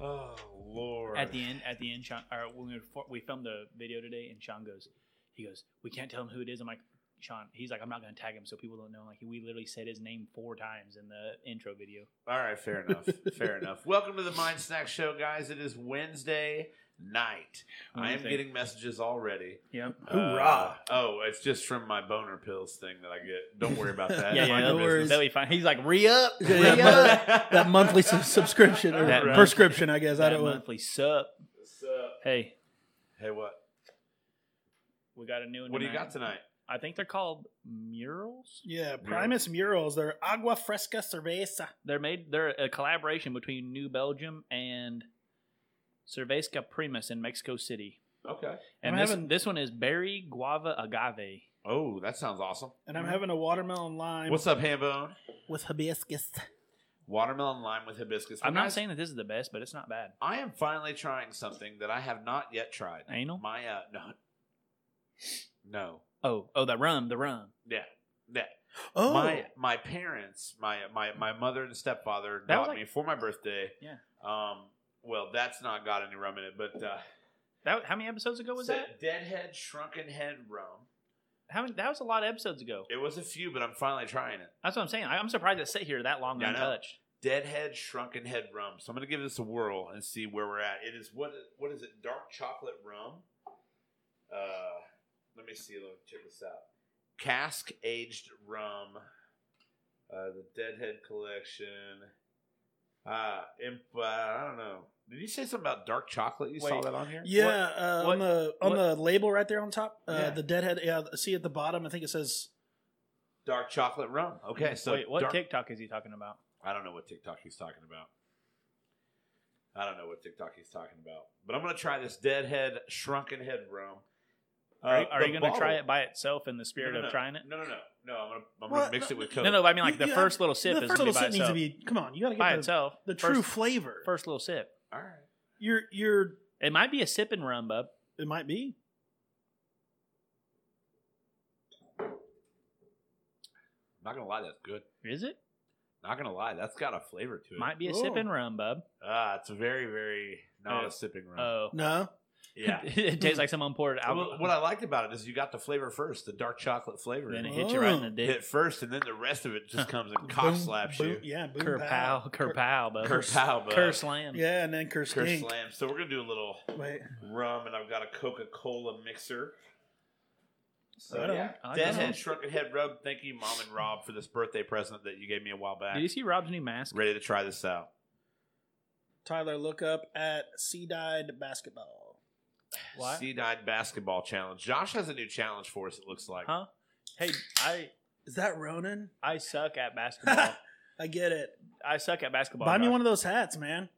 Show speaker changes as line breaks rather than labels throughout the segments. Oh lord.
At the end, at the end, Sean, or when we, were, for- we filmed the video today, and Sean goes, he goes, we can't tell him who it is. I'm like, Sean, he's like, I'm not gonna tag him so people don't know. Like, we literally said his name four times in the intro video.
All right, fair enough. fair enough. Welcome to the Mind Snack Show, guys. It is Wednesday night.
What do
I
you
am
think?
getting messages already.
Yep.
Uh,
Hoorah.
oh, it's just from my boner pills thing that I get. Don't worry about that.
yeah, yeah,
Mind
that'll,
your
no worries.
business.
that'll be fine. He's like, re up
Yeah, yeah, that monthly su- subscription or
That month-
prescription, I guess.
that
I don't know.
monthly sup.
What's up?
Hey,
Hey, what?
we got a new one.
What do you
tonight.
got tonight?
I think they're called murals.
Yeah, Primus murals. They're agua fresca cerveza.
They're made. They're a collaboration between New Belgium and Cerveza Primus in Mexico City.
Okay.
And
I'm
this,
having-
this one is berry guava agave.
Oh, that sounds awesome.
And I'm having a watermelon lime
What's up, Hambone?
with hibiscus.
Watermelon lime with hibiscus.
I'm not
Guys,
saying that this is the best, but it's not bad.
I am finally trying something that I have not yet tried.
Anal?
My uh, no, no,
Oh, oh, the rum, the rum.
yeah, yeah.
Oh,
my my parents, my my my mother and stepfather
That was
got
like-
me for my birthday.
Yeah.
Um. Well, that's not got any rum in it, but uh,
That how many episodes ago was
it's
that?
a Deadhead Shrunken Head rum.
How many, that was a lot of episodes ago.
It was a few, but I'm finally trying it.
That's what I'm saying. I, I'm surprised it sit here that long
Yeah, I know.
untouched.
Deadhead Shrunken Head rum. So I'm gonna give this a whirl and see where we're at. It is what what is it? Dark chocolate rum. Uh, let me see. Let me check this out. Cask aged rum. Uh, the Deadhead collection. Uh, imp, uh, I don't know. Did you say something about dark chocolate? You saw
Wait.
that on here?
yeah. uh,
what-
on the on
what-
the label right there on top, uh,
Yeah.
the deadhead. Yeah, see at the bottom. I think it says
Dark chocolate rum. Okay, so
Wait, what
dark-
TikTok is he talking about?
I don't know what TikTok he's talking about. I don't know what TikTok he's talking about. But I'm gonna try this Deadhead Shrunken Head rum.
Are, you-
Uh,
are you
the
going to try
bottle-
it by itself in the
No,
spirit
no,
of
no.
trying it?
No, no, no, no. I'm gonna I'm
Well,
gonna mix it with Coke.
No, no. but I mean, like
You-
the
you
first little sip
the
is
first
going to be
little
by
sip needs
itself.
to be. Come on, you got to
by
get the,
itself,
the true
first,
flavor.
first little sip.
All right.
You're you're.
It might be a sip and rum, bub.
It might be.
I'm not gonna lie, that's good.
Is it?
Not gonna lie, that's got a flavor to it.
Might be a sip
Oh.
and rum, bub.
Ah, it's very, very not
Uh,
a sipping rum.
Oh,
No,
yeah.
it tastes like someone poured
Well,
alcohol.
what I liked about it is you got the flavor first, the dark chocolate flavor. in
then it
it
hits you right in
Oh.
the dick.
hit first, and then the rest of it just comes and cock
Boom,
slaps
boom-
you.
Yeah, boom,
Kerpow, kerpow, bub.
Curse how, bud.
Curse slam.
Yeah, and then curse
Curse
stink.
slam. So we're gonna do a little
Wait,
rum, and I've got a Coca Cola mixer. So
Right on.
yeah,
I like that one.
Deadhead Shrunken Head Rub. Thank you, Mom and Rob, for this birthday present that you gave me a while back.
Did you see Rob's new mask?
Ready to try this out?
Tyler, look up at Sea Dyed Basketball.
Why?
Sea Dyed Basketball Challenge. Josh has a new challenge for us. It looks like.
Huh? Hey, I
Is that Ronan?
I suck at basketball.
I get it.
I suck at basketball.
Buy me
Josh.
one of those hats, man.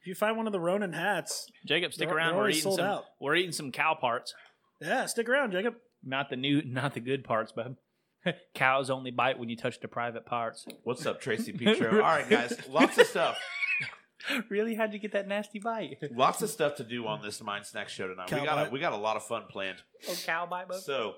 If you find one of the Ronan hats,
Jacob, stick
They're-
around.
they're
We're
already
eating
sold
some.
out.
We're eating some cow parts.
yeah, stick around, Jacob.
Not the new, not the good parts, bub. Cows only bite when you touch the private parts.
What's up, Tracy Petro? All right, guys, lots of stuff,
really? How'd you get that nasty bite?
lots of stuff to do on this Mind Snack Show tonight. we got a,
Cowbite.
we got a lot of fun planned.
Oh, cow bite, bub.
So,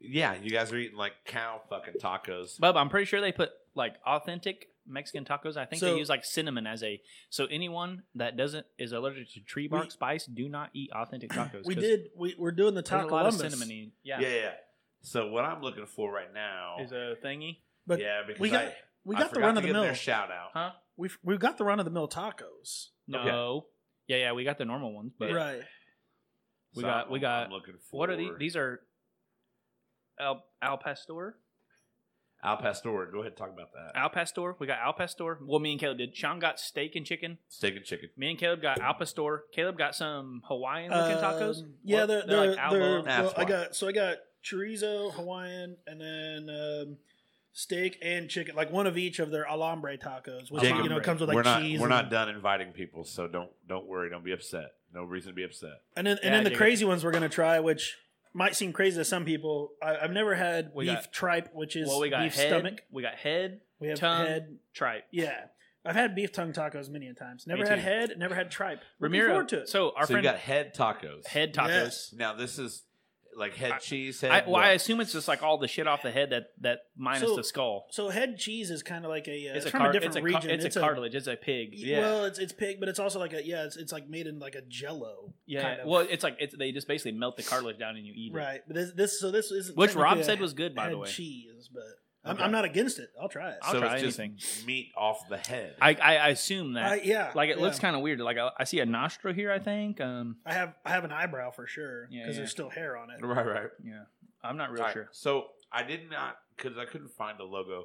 yeah, you guys are eating like cow fucking tacos.
Bub, I'm pretty sure they put like authentic Mexican tacos. I think
So-
they use like cinnamon as a. So anyone that doesn't is allergic to tree bark spice, do not eat authentic tacos.
We
'cause
did. We, we're doing the
There's
top
a lot of
Columbus,
cinnamon. in- Yeah.
Yeah. yeah, So what I'm looking for right now
Is a thingy,
but
yeah, because
we got-
I,
we
I
got the
forgot
run
to
of the
give
mill.
Their shout out.
huh?
We've we've got the run of the mill tacos,
No. Yeah, yeah. We got the normal ones, but
right?
We got- we got-
looking for
what are these? These are al al pastor.
Al Pastor. Go ahead, and talk about that.
Al pastor. We got al pastor. Well, me and Caleb did. Sean got steak and chicken.
Steak and chicken.
Me and Caleb got al pastor. Caleb got some Hawaiian looking tacos.
Um, Yeah,
What?
they're they're,
like
they're,
elbow.
That's
well, I
why.
got so I got chorizo, Hawaiian, and then um, steak and chicken, like one of each of their alambre tacos, which
Jacob,
you know comes with like
we're not
cheese.
we're
and,
not done inviting people, so don't don't worry, don't be upset. No reason to be upset.
and then and
Yeah,
then the
Jacob.
crazy ones we're gonna try, which might seem crazy to some people. I, I've never had
We
beef
got-
tripe, which is
Well, we got
beef
head.
stomach.
We got head.
We have
tongue.
head.
Tripe.
Yeah, I've had beef tongue tacos many a times. Never
Me
had
too.
head. Never had tripe. Looking
Ramiro.
forward to it.
So our
so
friend
you got head tacos.
head tacos.
Yes.
Now this is like head
I-
cheese?
I,
Head,
well, I
what?
assume it's just like all the shit off the head that that minus
So-
the skull.
So head cheese is kind of like a. Uh,
It's,
it's,
a,
from
car-
a different
it's, a,
region.
ca- it's, a cartilage. It's a pig.
y-
yeah.
Well, it's it's pig, but it's also like a yeah. It's, it's like made in like a Jello.
Yeah.
kind of.
Well, it's like it's they just basically melt the cartilage down and you eat
right. But this, this so this is
it. Which Rob said was good, by the way.
cheese, but I'm,
Okay.
I'm not against it. I'll try it.
I'll
so
try
it's just
anything.
meat off the head.
I, I I assume that.
I- yeah,
like it
yeah.
looks kind of weird. Like I, I see a nostril here. I think. Um.
I have I have an eyebrow for sure because
Yeah, yeah.
there's still hair on it.
right, right.
Yeah. I'm not real
All right,
sure.
So I did not because I couldn't find the logo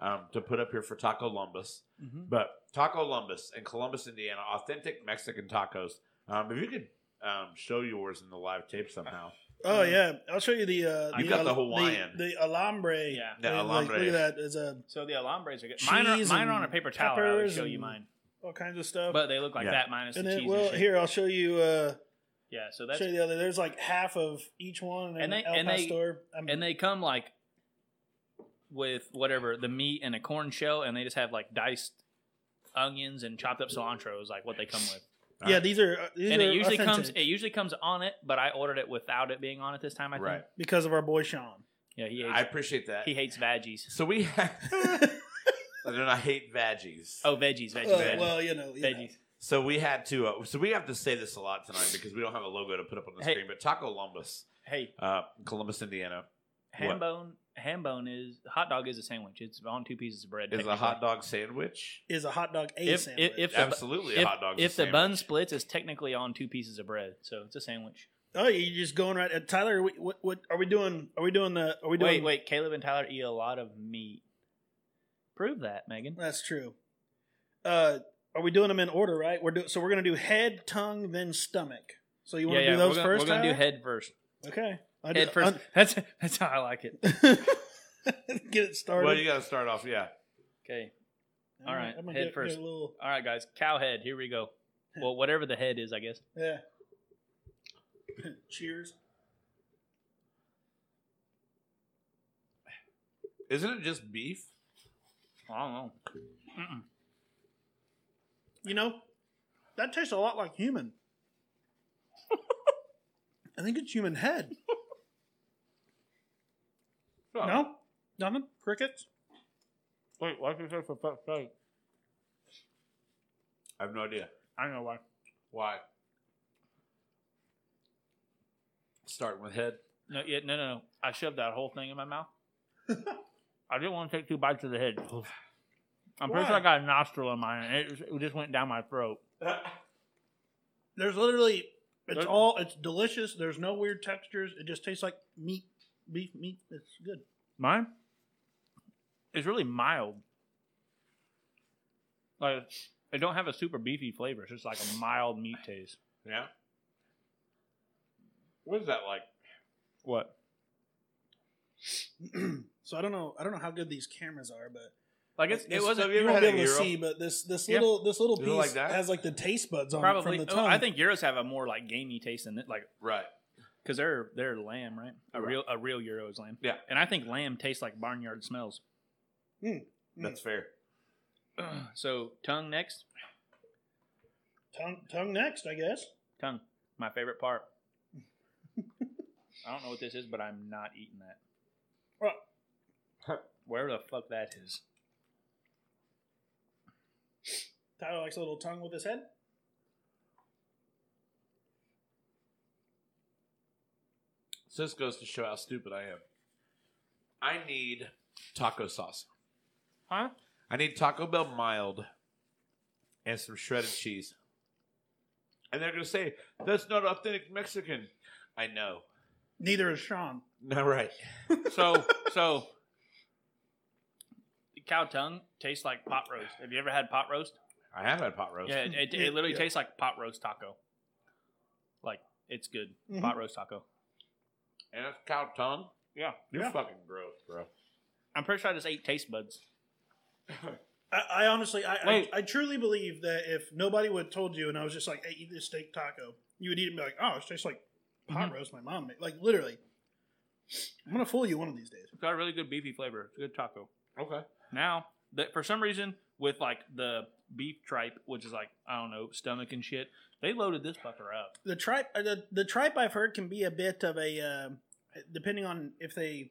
um, to put up here for Taco Lumbus,
Mm-hmm.
but Taco Lumbus in Columbus, Indiana, authentic Mexican tacos. Um, if you could um, show yours in the live tape somehow,
Oh
Mm.
yeah, I'll show you the. Uh,
You
got the
al-
Hawaiian.
the, the alambre.
Yeah.
The
Like,
alambre.
look at that. uh, There's a
So the alambres are good. Mine are,
Cheese
mine are on a
and
paper towel. I would
peppers
show you
and-
mine,
all kinds of stuff.
but they look like
Yeah.
that minus
and
the
then,
cheese.
well,
and shit.
here I'll show you. Uh,
Yeah. So that's
show you the other. There's like half of each one,
And
and,
they-
El
and they-
Pastor. I'm-
and they come like with whatever the meat and a corn shell, and they just have like diced onions and chopped up cilantro is like what they come with.
yeah, these are uh, these
and
are
it usually comes
authentic
it usually comes on it, but I ordered it without it being on it this time. I think.
Right.
because of our boy Sean.
Yeah, he
I
hates,
appreciate that.
he hates veggies.
so we have. I do not hate veggies.
Oh, veggies, veggies,
Uh,
veggies.
well, you know, yeah.
veggies.
So we had to. Uh, so we have to say this a lot tonight because we don't have a logo to put up on the
Hey.
screen. But Taco Lumbus,
Hey,
uh, Columbus, Indiana, What?
ham bone, ham bone is hot dog is a sandwich. It's on two pieces of bread.
is a
technically.
hot dog sandwich.
is a hot dog a
If-
sandwich.
if- if-
Absolutely,
If,
a hot dog.
if the bun splits, it's technically on two pieces of bread, so it's a sandwich.
oh, you're just going right. At, Tyler, we, what, what are we doing? Are we doing the? Are we doing?
Wait, wait. Caleb and Tyler eat a lot of meat. Prove that, Megan.
That's true. Uh, are we doing them in order? Right. We're do- so we're gonna do head, tongue, then stomach. So you want to do those
we're gonna,
1st
We're gonna do head first.
Okay. I
Head first. That's that's how I like it.
get it started.
Well, you got to start off. Yeah.
Okay.
I'm
all
gonna-
right,
I'm gonna
head
get- get
first.
a little-
All right, guys. Cow head. Here we go. Well, whatever the head is, I guess.
yeah. Cheers.
Isn't it just beef?
I don't know. Mm-mm.
You know, that tastes a lot like human. I think it's human head.
Oh.
No, nothing. Crickets.
Wait, why you say for fuck's sake?
I have no idea
I don't know why.
why. Starting with head.
No, yeah, no, no, no. I shoved that whole thing in my mouth. I didn't want to take two bites of the head. I'm pretty
Why?
sure I got a nostril in mine, and it, it just went down my throat.
There's literally. It's
There-
all. It's delicious. There's no weird textures. It just tastes like meat, beef meat. It's good.
Mine is really mild. Like it don't have a super beefy flavor. It's just like a mild meat taste.
yeah. What is that like?
What?
so I don't know. I don't know how good these cameras are, but
Like it's, it
This-
wasn't
have you
you
ever
won't
had
be
a
able to
gyro?
see. But this this
Yeah.
little this little
Is it
piece
like that?
has like the taste buds on
probably.
it from the
oh,
tongue.
I think euros have a more like gamey taste than it. Like
Right.
because they're they're lamb, right? A
Oh, Right.
real a real euro is lamb.
Yeah.
and I think lamb tastes like barnyard smells.
That's fair.
so tongue next.
tongue tongue next, I guess.
Tongue, my favorite part. I don't know what this is, but I'm not eating that. Where the fuck that is?
Tyler likes a little tongue with his head.
So this goes to show how stupid I am. I need taco sauce.
Huh?
I need Taco Bell mild and some shredded cheese. And they're gonna say that's not authentic Mexican. I know.
Neither is Sean.
Not right.
So so cow tongue tastes like pot roast. Have you ever had pot roast?
I have had pot roast.
Yeah, it, it, it literally
Yeah.
tastes like pot roast taco. Like it's good.
Mhm.
Pot roast taco.
And that's cow tongue.
Yeah.
You're
Yeah.
fucking gross, bro.
I'm pretty sure I just ate taste buds.
I, I honestly, I, I
Wait.
I truly believe that if nobody would have told you, and I was just like, "Hey, eat this steak taco," you would eat it and be like, "Oh, it tastes like pot
Mm-hmm.
roast my mom made." Like literally, I'm gonna fool you one of these days.
It's got a really good beefy flavor. It's a good taco.
Okay.
Now, that for some reason, with like the beef tripe, which is like I don't know stomach and shit, they loaded this fucker up.
The tripe, uh, the, the tripe I've heard can be a bit of a uh, depending on if they,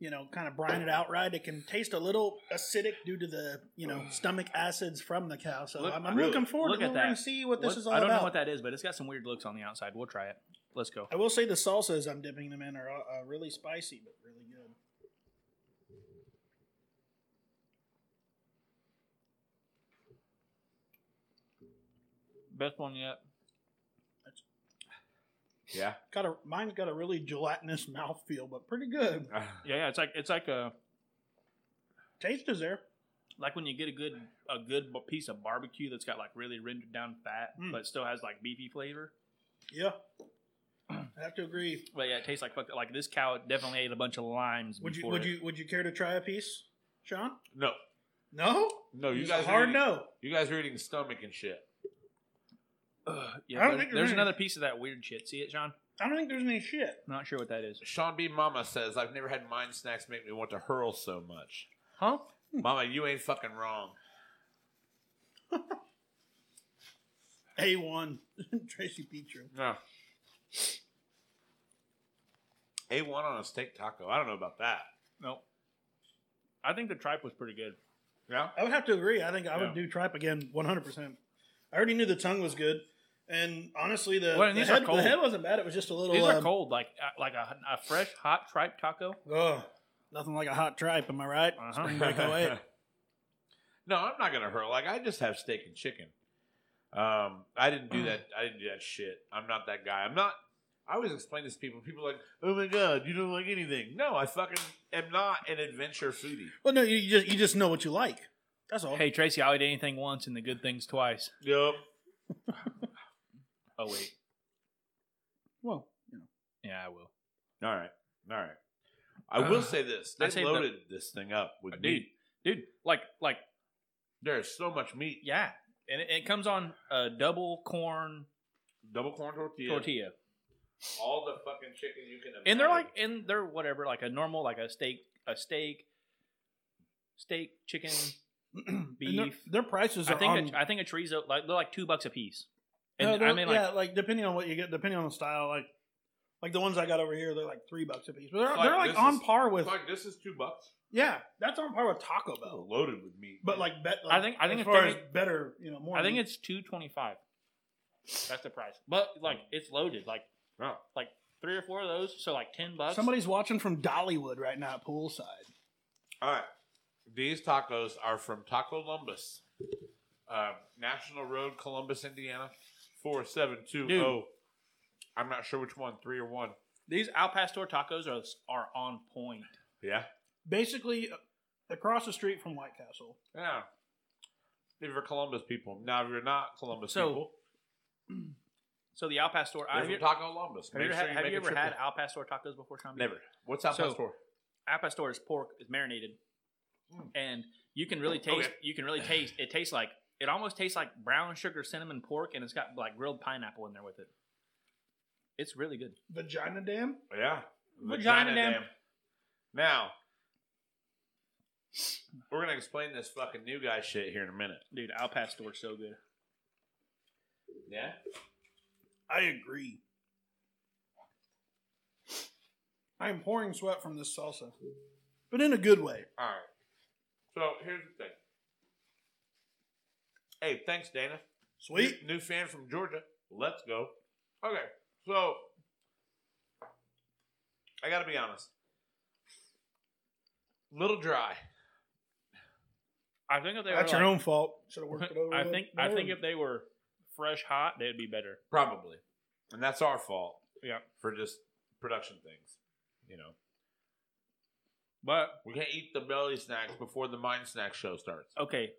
you know, kind of brine it out right, it can taste a little acidic due to the you know stomach acids from the cow. So
Look-
I'm, I'm
really?
looking forward
Look
to
at
what we're going
that.
to see what this
is
is all
I don't
about.
know what that is, but it's got some weird looks on the outside. We'll try it. Let's go.
I will say the salsas I'm dipping them in are uh, really spicy, but really good.
Best one yet.
Yeah.
Got a mine's got a really gelatinous mouthfeel, but pretty good.
Yeah, yeah. It's like it's like a
Taste is there.
like when you get a good a good b- piece of barbecue that's got like really rendered down fat,
Mm.
but still has like beefy flavor.
Yeah, I have to agree.
But yeah, it tastes like fuck- like this cow definitely ate a bunch of limes.
Would you
before
would
it.
you would you care to try a piece, Sean?
no.
No,
No, you
It's a
guys are
hard
eating,
no.
You guys are eating stomach and shit.
Ugh,
I
yeah,
don't
there-
think there's
there's
any-
another piece of that weird shit. See it, Sean?
I don't think there's any shit.
Not sure what that is.
Sean B. Mama says, I've never had mind snacks make me want to hurl so much.
Huh?
Mama, you ain't fucking wrong.
A one, Tracy Petro.
No. A1 on a steak taco. I don't know about that.
Nope. I think the tripe was pretty good.
Yeah.
I would have to agree. I think I
Yeah.
would do tripe again, one hundred percent. I already knew the tongue was good, and honestly, the,
Well, and
the
these are
head, the
cold.
head wasn't bad. It was just a little.
These
uh,
are cold, like uh, like a, a fresh hot tripe taco.
ugh, nothing like a hot tripe. Am I right?
Uh-huh.
Spring break 08.
no, I'm not gonna hurl. Like I just have steak and chicken. Um, I didn't
Hmm.
do that. I didn't do that shit. I'm not that guy. I'm not. I always explain this to people. People are like, oh my god, you don't like anything. No, I fucking am not an adventure foodie.
Well, no, you you just you just know what you like. That's all.
Hey Tracy, I'll eat anything once and the good things twice.
Yep.
Oh wait,
well,
yeah, I will.
All right. All right. I will
Uh,
say this.
I
They
saved
loaded this thing up with
Dude.
meat.
Dude, like like
There's so much meat.
yeah, and it, it comes on a double corn
Double corn tortilla.
tortilla,
All the fucking chicken you can imagine.
and they're like and they're whatever like a normal like a steak a steak steak chicken.
And
Beef.
Their, their prices are
I think
on,
a, I think a chorizo like they're like two bucks a piece.
No,
And
they're-
I mean like
yeah, like depending on what you get, depending on the style, like like the ones I got over here, they're like three bucks a piece. But they're,
It's like
they're like
this
on
is-
par with
Fuck, this is two bucks.
yeah, that's on par with Taco Bell.
Loaded with meat.
But like, bet,
I think- I think if
as far
they
as better, you know, more.
I think
meat.
it's two twenty five. That's the price, but like it's loaded, like
Oh.
like three or four of those, so like ten bucks.
somebody's watching from Dollywood right now, poolside.
All right. These tacos are from Taco Lumbus, uh, National Road, Columbus, Indiana, 4720.
Dude.
oh. I'm not sure which one, three or one.
these Al Pastor tacos are are on point.
Yeah.
Basically, uh, across the street from White Castle.
Yeah. If you're Columbus people. Now, if you're not Columbus
So,
people,
So the Al Pastor,
you're
have you,
from Taco Lumbus.
have you ever,
Make
had,
sure
have
make
you
a
ever
trip
had
there.
Al Pastor tacos before, Sean?
Never. What's Al
So,
Pastor?
Al Pastor is pork, is marinated,
Mm.
and you can really
Okay.
taste. You can really taste. It tastes like it almost tastes like brown sugar cinnamon pork, and it's got like grilled pineapple in there with it. It's really good.
Vagina Dam.
Yeah.
Vagina dam.
Now, we're going to explain this fucking new guy shit here in a minute.
Dude, Al Pastor is so good.
Yeah.
I agree. I am pouring sweat from this salsa, but in a good way.
All right. So here's the thing. Hey, thanks, Dana.
Sweet.
New, new fan from Georgia. Let's go. Okay. So I got to be honest. Little dry.
I think if they
That's
were
your
like-
own fault. Should have worked it over. a
I
little
think I
more.
think if they were fresh hot, they'd be better.
Probably. And that's our fault
Yeah,
for just production things, you know.
but
We can't eat the belly snacks before the mind snack show starts.
okay.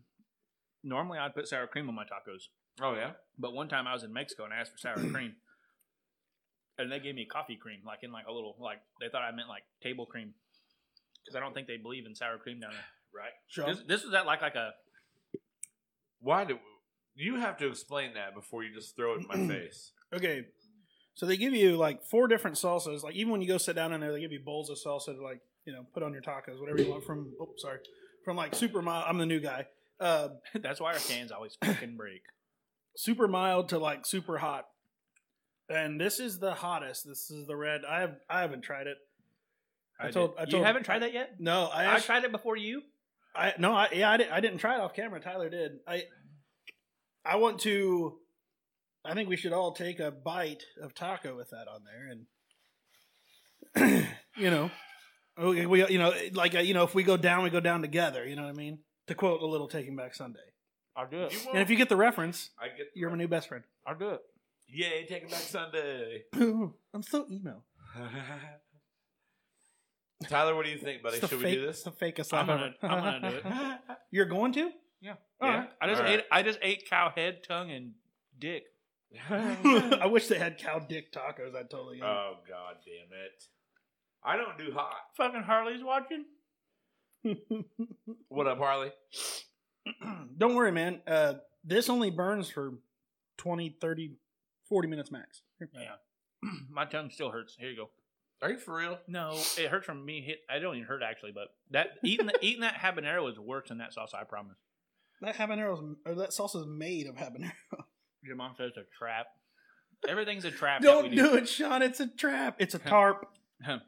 Normally, I'd put sour cream on my tacos,
Oh yeah.
but one time I was in Mexico and I asked for sour cream, and they gave me coffee cream, like in like a little like they thought I meant like table cream, because I don't think they believe in sour cream down there.
Right.
Sure.
This, this was at like like a
Why do you have to explain that before you just throw it in my face?
Okay. So they give you like four different salsas. Like even when you go sit down in there, they give you bowls of salsa to like you know put on your tacos, whatever you want. From oh sorry, from like super mild. I'm the new guy. Uh,
that's why our cans always fucking break.
super mild to like super hot. and this is the hottest. This is the red. I have I haven't tried it. I told-
did.
I
you
told-
haven't tried that yet.
No, I
I
actually,
tried it before you.
I no, I yeah, I, did, I didn't try it off camera. Tyler did. I I want to. I think we should all take a bite of taco with that on there, and you know, we, we you know, like uh, you know, if we go down, we go down together. You know what I mean? To quote a little Taking Back Sunday.
I'll do
You
And if you get the reference,
I get
you're my new best friend.
I'll do it.
Yay, take it back Sunday.
I'm so emo.
Tyler, what do you think, buddy?
It's the
Should we
fake-
do
it's
this?
the fakest
I'm
laugh
gonna-
ever.
I'm gonna do it.
You're going to? All
Yeah.
right.
I just
All
ate.
right.
I just ate cow head, tongue, and dick.
I wish they had cow dick tacos. I totally. am.
oh god damn it. I don't do hot.
Fucking Harley's watching.
What up, Harley?
Don't worry, man. Uh, this only burns for 20, 30, 40 minutes max. Here.
Yeah. My tongue still hurts. Here you go.
Are you for real?
No, it hurts from me. Hit. I don't even hurt actually, but that eating the, eating that habanero is worse than that salsa. I promise.
That habanero or that salsa is made of habanero.
Your mom says it's a trap. Everything's a trap. that
Don't
we
do it, Sean. It's a trap. It's a tarp.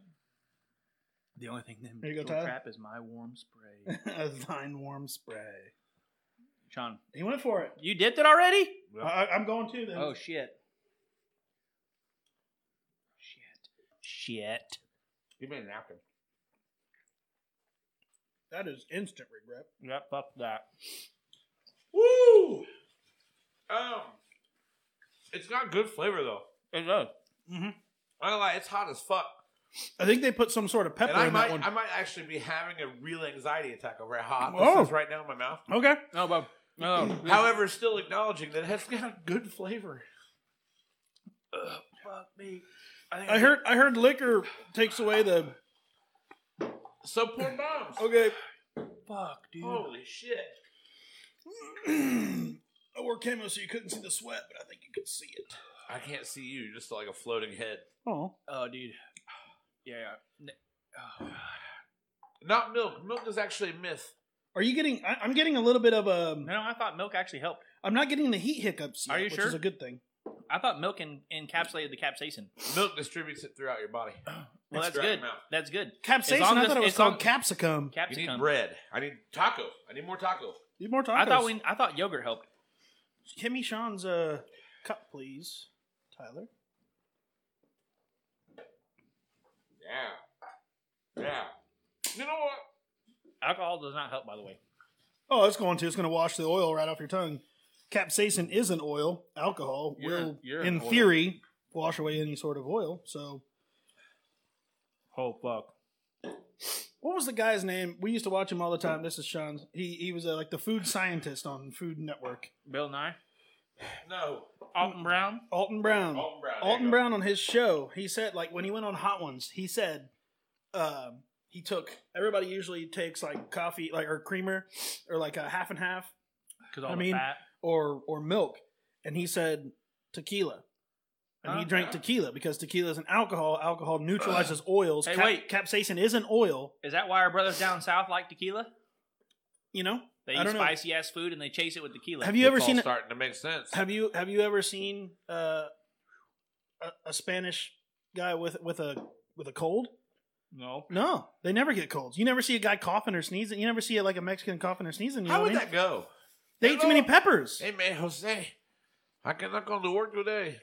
The only thing that
There you go,
makes a
Tyler.
trap is my warm spray.
a vine warm spray.
Sean,
He went for it.
you dipped it already?
I, I- I'm going too. Then.
Oh shit. Shit. Shit.
Give me a napkin.
that is instant regret.
Yep, fuck that.
Woo! Um It's got good flavor though.
It does.
I don't lie, it's hot as fuck.
I think they put some sort of pepper
And I
in
might
that one.
I might actually be having a real anxiety attack over how hot
Oh.
this is right now in my mouth.
okay.
No, but no.
However, still acknowledging that it has got good flavor.
Ugh, fuck me. think
I heard. I heard liquor takes away the.
So poor bombs.
Okay.
Fuck, dude.
Holy shit.
I wore camo so you couldn't see the sweat, but I think you could see it.
I can't see you, just like a floating head.
Oh.
Oh, dude. Yeah. yeah. N- Oh,
Not milk. Milk is actually a myth.
Are you getting? I, I'm getting a little bit of um,
no,
a.
I thought milk actually helped.
I'm not getting the heat hiccups. Yet,
Are you
which
sure?
Is a good thing.
I thought milk en- encapsulated the capsaicin.
Milk distributes it throughout your body.
Well, that's
throughout your
good.
mouth.
That's good.
Capsaicin.
As long
I
as-
thought it was
as long-
called capsicum.
You need
Capsicum.
bread. I need taco. I need more taco.
Need more tacos.
I thought we. I thought yogurt helped.
Give me Sean's uh, cup, please, Tyler.
Yeah. Yeah. You know what?
Alcohol does not help, by the way.
Oh, it's going to. It's going to wash the oil right off your tongue. Capsaicin is an oil. Alcohol
You're-
will,
you're
in
an oil.
theory, wash away any sort of oil. So,
Oh fuck.
what was the guy's name? We used to watch him all the time. This is Sean's. He he was uh, like the food scientist on Food Network.
Bill Nye.
No.
Mm.
Alton Brown.
Alton Brown.
Alton Brown. there
Alton
you go.
Brown on his show, he said like when he went on Hot Ones, he said um, he took everybody usually takes like coffee like or creamer or like a half and half
Because all
I
the
mean-
fat.
or or milk, and he said tequila. And he
Huh?
drank tequila because tequila is an alcohol. Alcohol neutralizes oils.
Hey,
Cap-
wait.
capsaicin is an oil.
Is that why our brothers down south like tequila?
You know.
They
I
eat
don't know.
spicy ass food and they chase it with tequila.
Have
It's
you ever
all
seen? A,
starting to make sense.
have you have you ever seen uh, a, a Spanish guy with with a with a cold?
No.
No, they never get colds. You never see a guy coughing or sneezing. You never see like a Mexican coughing or sneezing. You know
How
what
would
I mean?
that go?
They eat too many peppers.
Hey, man, Jose. I cannot go to work today.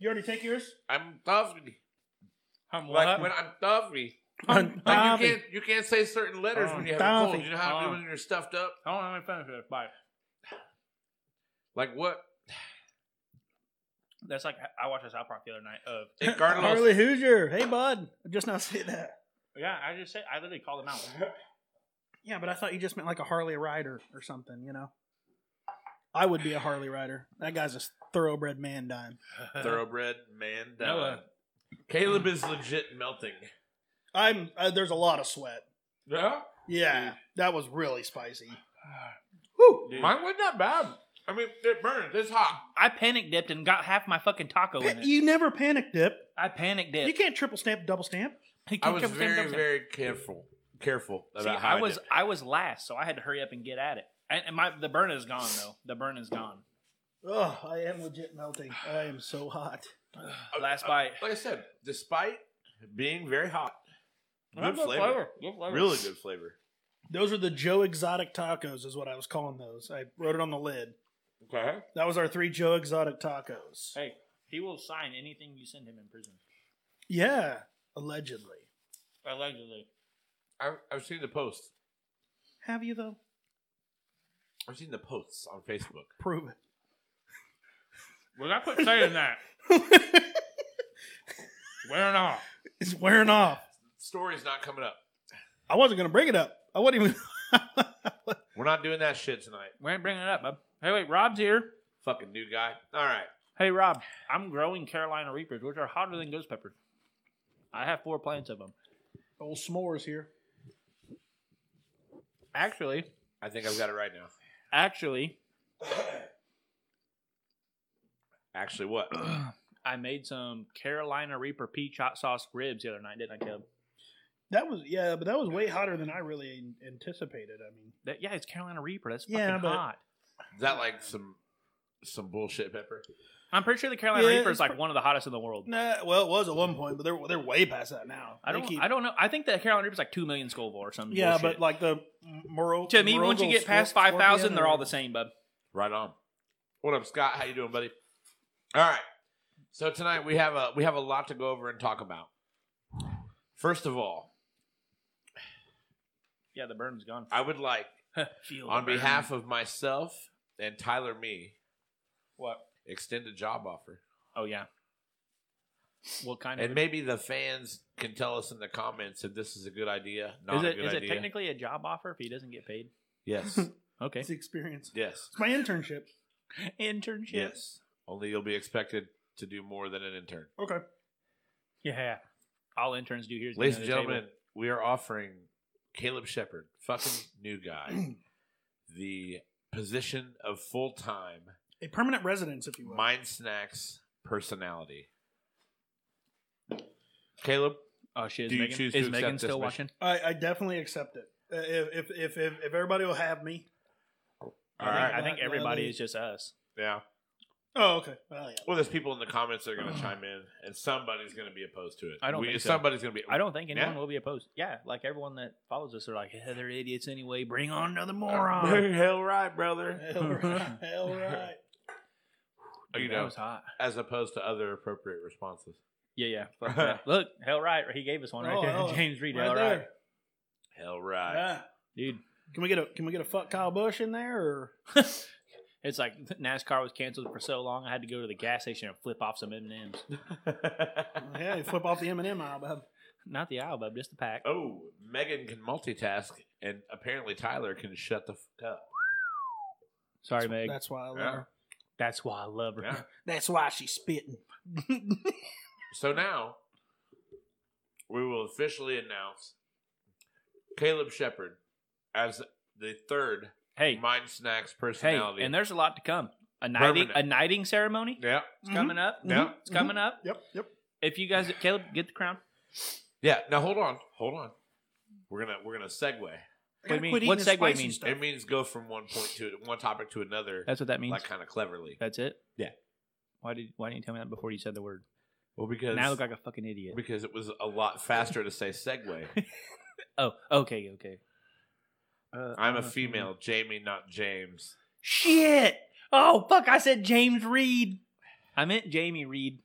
You already take yours?
I'm thirsty.
I'm
Like
what?
when I'm thirsty.
Um,
Like you
Tommy.
can't you can't say certain letters
Um,
when you have a cold.
Tommy.
You know how
Um.
when you're stuffed up.
I don't have any finish this. Bye.
Like what?
That's like I watched a South Park the other night. Of
Hey, Carlos.
Harley Hoosier. Hey, bud. I just now say that.
yeah, I just said I literally called them out.
Yeah, but I thought you just meant like a Harley rider or something, you know? I would be a Harley rider. That guy's a thoroughbred man dime.
Thoroughbred man down.
Noah.
Caleb is legit melting.
I'm, uh, there's a lot of sweat.
Yeah.
Yeah, that was really spicy.
Dude.
Mine wasn't that bad. I mean, it burns. It's hot.
I panic dipped and got half my fucking taco in
Pa-
it.
You never panic dip.
I panic
You
dipped.
can't triple stamp, double stamp.
He
I
kept
was
jumping,
very,
jumping.
very careful. Careful about
See,
how
I was I was last, so I had to hurry up and get at it. And, and my the burn is gone though. The burn is gone.
Oh, I am legit melting. I am so hot.
Last bite.
Uh, Like I said, despite being very hot, good flavor.
Good flavor.
Really good flavor.
Those are the Joe Exotic tacos, is what I was calling those. I wrote it on the lid.
Okay.
That was our three Joe Exotic tacos.
Hey, he will sign anything you send him in prison.
Yeah, allegedly.
Allegedly.
I, I've seen the posts.
Have you though?
I've seen the posts on Facebook.
Prove
Well, I quit saying that.
it.
Wearing off.
it's wearing off.
Story's not coming up.
I wasn't gonna bring it up. I wasn't even.
We're not doing that shit tonight.
We ain't bringing it up, bub. Hey, wait, Rob's here.
Fucking new guy. All right.
Hey, Rob, I'm growing Carolina Reapers, which are hotter than ghost peppers. I have four plants of them.
Old s'mores here.
Actually,
I think I've got it right now.
actually,
Actually, what?
I made some Carolina Reaper peach hot sauce ribs the other night, didn't I, Caleb?
That was yeah, but that was way hotter than I really an- anticipated. I mean,
That, yeah, it's Carolina Reaper. That's fucking
Yeah, but-
hot.
Is that like some some bullshit pepper?
I'm pretty sure the Carolina
Yeah,
Reaper is
it's
like
pr-
one of the hottest in the world.
nah. Well, it was at one point, but they're they're way past that now.
I
They
don't.
keep-
I don't know. I think that Carolina Reaper's like two million Scoville or something.
Yeah, but like the moral.
to me, once you get past five thousand, they're all the same, bub.
Right on. What up, Scott? How you doing, buddy? All right. So tonight we have a we have a lot to go over and talk about. First of all,
Yeah, the burn's gone.
I would like,
Feel the
on
burn.
behalf of myself and Tyler, me,
what?
extend a job offer,
Oh yeah. What kind
and
of?
maybe the fans can tell us in the comments if this is a good idea. Not
Is
a
it
good
is it
idea.
technically a job offer if he doesn't get paid?
yes,
Okay.
It's the experience.
yes,
It's my internship.
Internship.
yes. Only you'll be expected to do more than an intern.
Okay.
Yeah. All interns do here is
Ladies
get
and
another table.
gentlemen, we are offering Caleb Shepard, fucking new guy, the position of full time
A permanent residence, if you will.
Mind Snacks personality. Caleb,
Oh shit! Is
do you
Megan,
choose to
is
accept
Megan
this
still
mission?
watching?
I, I definitely accept it. Uh, If if if if, if everybody will have me.
all
I think,
right,
I think
Not
everybody
really.
is just us.
yeah.
Oh, okay. Well, yeah.
Well, there's people in the comments that are going to chime in, and somebody's going to be opposed to it.
I don't
We,
think so.
somebody's going to be.
I don't think anyone
Yeah.
will be opposed. Yeah, like everyone that follows us are like, yeah, they're idiots anyway. Bring on another moron.
You're Hell right, brother.
Hell right. Hell right.
You
Dude,
know.
that was hot.
As opposed to other appropriate responses.
Yeah, yeah. fuck that. Look, hell right. He gave us one right
Oh,
there.
hell.
James Reed,
Right
hell
there.
right.
Hell right.
Yeah.
Dude,
Can we get a can we get a fuck Kyle Bush in there or
it's like NASCAR was canceled for so long, I had to go to the gas station and flip off some M&Ms.
yeah, you flip off the M and M aisle, bub.
Not the aisle, bub, just the pack.
Oh, Megan can multitask, and apparently Tyler can shut the fuck up.
Sorry, Meg. That's,
That's why I love
Yeah.
her.
why I love her.
Yeah.
That's why she's spitting.
So now we will officially announce Caleb Shepard as the third
Hey,
Mind Snacks
hey,
personality.
and there's a lot to come. A knighting,
Permanent.
a knighting ceremony
yeah,
It's coming up.
yeah,
It's coming up.
Yep, yep.
If you guys, Caleb, get the crown.
yeah. Now hold on, hold on. We're gonna we're gonna segue.
do you mean? What segue mean?
It means go from one point to one topic to another,
That's what that means.
like kind of cleverly.
That's it.
Yeah.
Why did Why didn't you tell me that before you said the word?
Well, because
Now I look like a fucking idiot.
because it was a lot faster to say segue.
Oh, okay, okay. Uh,
I'm a female, Jamie, not James.
Shit! Oh fuck! I said James Reed. I meant Jamie Reed.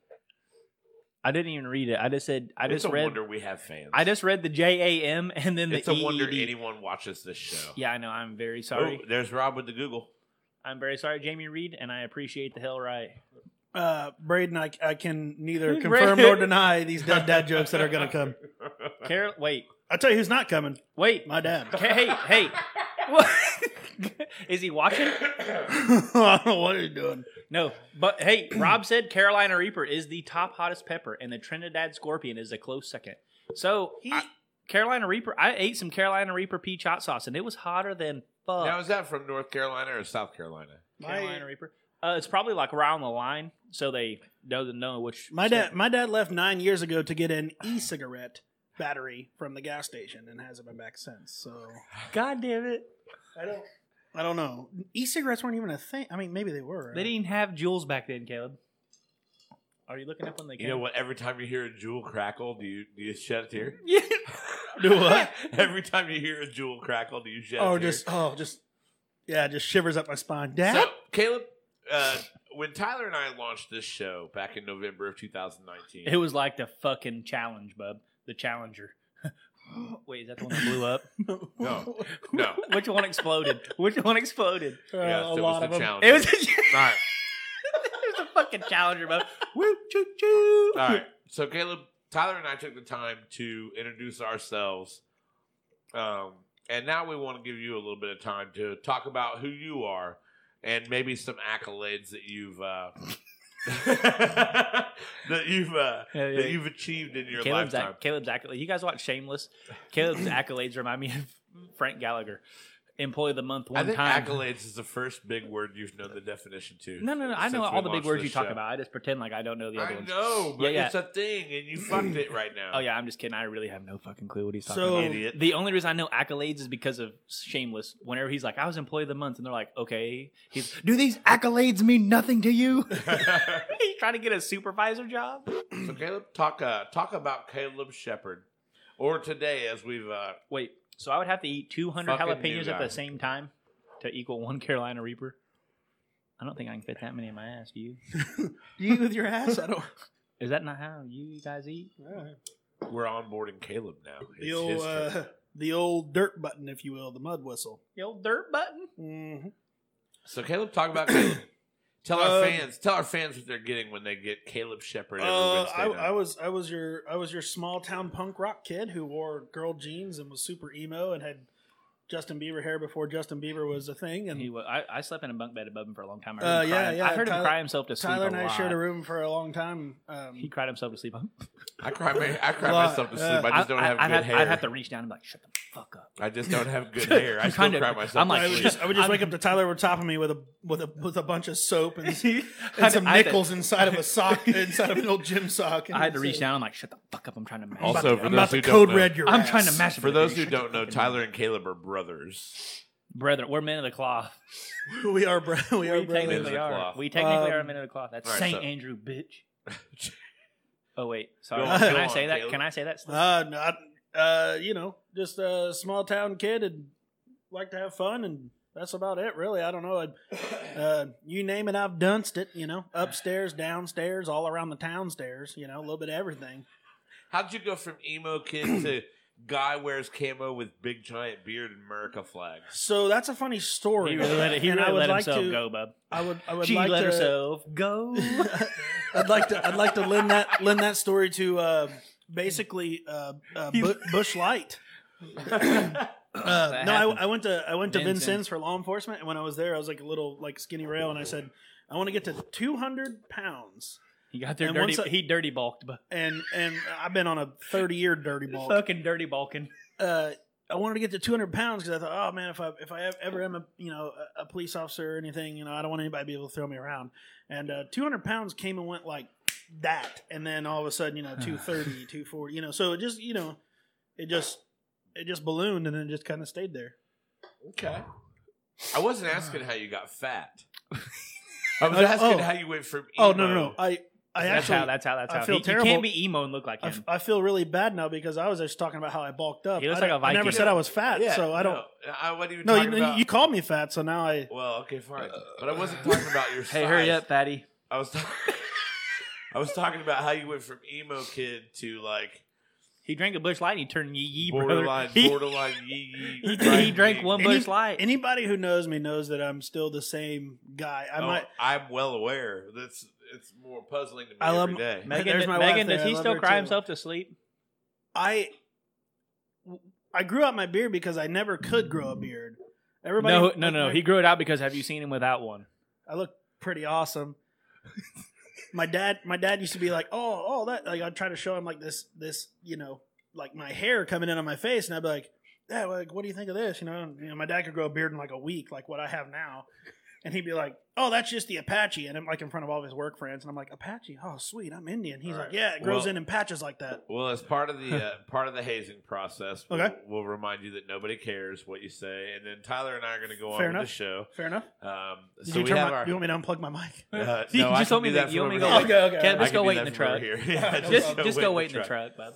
I didn't even read it. I just said I
it's
just
a
read.
wonder we have fans.
I just read the J A M and then the
It's a wonder
EED.
anyone watches this show.
Yeah, I know. I'm very sorry.
Oh, there's Rob with the Google.
I'm very sorry, Jamie Reed, and I appreciate the hell right.
Uh, Braden, I, I can neither
Braden.
confirm nor deny these dead dad jokes that are going to come.
Carol, wait,
I'll tell you who's not coming.
wait.
My dad.
Ca- hey, hey. What? Is he watching?
I don't know what he's doing.
No, but hey, Rob said Carolina Reaper is the top hottest pepper, and the Trinidad Scorpion is a close second. So
He-
I- Carolina Reaper, I ate some Carolina Reaper peach hot sauce, and it was hotter than fuck.
Now is that from North Carolina or South Carolina?
My,
Carolina Reaper. Uh, it's probably like around the line, so they doesn't know which.
my dad, my dad left nine years ago to get an e-cigarette battery from the gas station and hasn't been back since. So
God damn it!
I don't. I don't know. E-cigarettes weren't even a thing. I mean, maybe they were.
They didn't have jewels back then, Caleb. Are you looking up on the?
You know what? Every time you hear a jewel crackle, do you do you shed a tear?
Yeah.
Do what?
Every time you hear a jewel crackle, do you shed? a
Oh,
tear?
just oh, just yeah, just shivers up my spine. Dad,
So, Caleb, uh, when Tyler and I launched this show back in November of 2019,
It was like the fucking challenge, bub. The challenger. Wait, is that the one that blew up?
No. no,
Which one exploded? Which one exploded?
Uh,
yes,
a
it
lot
was
of
the
them.
challenge.
It was.
all right,
it was a fucking challenger, bub. Woo choo choo.
all right. So, Caleb, Tyler, and I took the time to introduce ourselves, um, and now we want to give you a little bit of time to talk about who you are and maybe some accolades that you've uh, that you've uh,
Yeah, yeah.
that you've achieved in your
Caleb's,
lifetime.
acc- Caleb's accolades. You guys watch Shameless? Caleb's accolades remind me of Frank Gallagher, employee of the month one
I think
time.
accolades is the first big word you've known the definition to.
no, no, no. I know
since we
all the big
launched
words you
this
talk
show.
about. I just pretend like I don't know the other
I
ones.
know, but
Yeah, yeah.
it's a thing, and you fucked it right now.
Oh yeah, I'm just kidding. I really have no fucking clue what he's talking
So-
about.
idiot.
The only reason I know accolades is because of Shameless. Whenever he's like, "I was employee of the month," and they're like, "Okay," he's, "Do these accolades mean nothing to you?" he's trying to get a supervisor job.
so Caleb, talk uh, talk about Caleb Shepard, or today as we've uh,
Wait, so I would have to eat 200
Fucking new
jalapenos at
guy.
the same time to equal one Carolina Reaper? I don't think I can fit that many in my ass. Do you?
You with your ass? I don't.
Is that not how you guys eat?
we're onboarding Caleb now. It's
The old
his turn.
uh, the old dirt button, if you will, the mud whistle.
The old dirt button.
Mm-hmm.
so Caleb, talk about Caleb. Tell our
Um,
fans, tell our fans what they're getting when they get Caleb Shepard every
Uh,
Wednesday
I,
night.
I was I was your I was your small town punk rock kid who wore girl jeans and was super emo and had Justin Bieber hair before Justin Bieber was a thing.
He,
And
wa- I, I slept in a bunk bed above him for a long time. I
Uh,
heard him
yeah,
cry.
yeah,
I heard him
Tyler-
cry himself to sleep.
Tyler
a
and I
lot.
shared a room for a long time.
He
Um,
cried himself to sleep.
I cry, my, I cry
Well,
myself to
uh,
sleep. I just don't have
I'd
good
have,
hair.
I'd have to reach down and be like, "Shut the fuck up."
I just don't have good hair. I
I'm
still
trying to-
cry myself.
I'm
to
like,
I would
sleep.
just I would just wake up to Tyler over top of me with a with a with a bunch of soap
I-
and, and some
I had to-
nickels inside of a sock inside of an old gym sock. And
I had to
he'd
reach
say,
down. I'm like, "Shut the fuck up." I'm trying to. masturbate."
Also,
I'm
for those
about to
who don't
code
know-
red your
I'm
ass.
trying to masturbate.
For those
dude.
who
Shut the
don't know,
fucking mouth.
Tyler and Caleb are brothers.
brethren, we're men of the cloth.
We are bro. We
Men
We
are
of
brothers.
the
technically are.
cloth.
We technically
Um,
are men of the cloth. That's
all right,
Saint
so-
Andrew, bitch. Oh wait, sorry.
Go on,
Can
go
I
on,
say that?
Caleb.
Can I say that? Still?
Uh, not, uh, you know, just a small town kid and like to have fun, and that's about it, really. I don't know. I, uh, you name it, I've dunced it. You know, upstairs, downstairs, all around the town stairs. You know, a little bit of everything.
How'd you go from emo kid to guy wears camo with big giant beard and America flags?
So that's a funny story.
he really let, it, he
and I
really
would
let
like
himself
to,
go, bub.
I would. I would
She
like
let
to.
herself go.
I'd like to. I'd like to lend that lend that story to uh, basically uh, uh, Bu- Bush Light. Uh,
That
no,
happened.
I, I went to I went to
Vincent.
Vincennes for law enforcement, and when I was there, I was like a little like skinny rail, and I said, I want to get to 200 pounds,
he got there
And
dirty.
once I-
he dirty balked, but
and and I've been on a 30 year dirty bulk.
fucking dirty balking.
Uh, I wanted to get to 200 pounds because I thought, oh man, if I if I ev- ever am a you know a, a police officer or anything, you know, I don't want anybody to be able to throw me around. And uh, 200 pounds came and went like that, and then all of a sudden, you know, 230, 240, you know, so it just you know, it just it just ballooned and then just kind of stayed there.
Okay. I wasn't asking how you got fat. I was
Oh,
asking
oh.
how you went from emo.
Oh no no no! I I
that's
actually
how. That's how. That's
I
how.
feel
He, you
terrible.
can't be emo and look like
I,
him.
f- I feel really bad now because I was just talking about how I bulked up.
He looks
I don't-
like a
I never
Viking.
said I was fat, so I don't.
No, I wasn't even
No,
talking
you, Uh,
about.
you called me fat, so now I.
well, okay, fine. But I wasn't talking about your size.
hey, hurry up, fatty.
I was, ta- I was talking about how you went from emo kid to like
He drank a bush light and he turned yee yee, brother.
borderline,
He-
borderline yee
he,
yee.
he drank one
Any-
bush light.
Anybody who knows me knows that I'm still the same guy. I
Oh,
might.
I'm well aware. That's it's more puzzling to me
I love-
every day.
Megan,
There's my wife
Megan
there.
does
I
he
love
still
her
cry
too.
himself to sleep?
I. I grew out my beard because I never could grow a beard. Everybody.
No, no, no.
my-
He grew it out because have you seen him without one?
I look pretty awesome. my dad, my dad used to be like, "Oh, oh, that." Like I'd try to show him like this, this, you know, like my hair coming in on my face, and I'd be like, "Yeah, like, what do you think of this?" You know, and, you know, my dad could grow a beard in like a week, like what I have now. and he'd be like, "Oh, that's just the Apache," and I'm like in front of all of his work friends, and I'm like, "Apache? Oh, sweet, I'm Indian." He's
All
like,
right.
"Yeah, it grows
Well-
in in patches like that."
Well, as part of the uh, part of the hazing process, we'll,
Okay.
we'll remind you that nobody cares what you say, and then Tyler and I are going to go on
Fair
with
enough.
the show.
Fair enough.
Um,
Did
so
you,
we
turn
have
my-
our.
you want me to unplug my mic?
uh,
You
no, I
just
can
told me
do
that
that
you
from
want
over
me to
here.
go-
okay, okay.
Can-
I
Just
can
go
do
wait
that
in the
from over
truck.
here. Yeah,
no
just
problem.
just go wait in the truck, bud.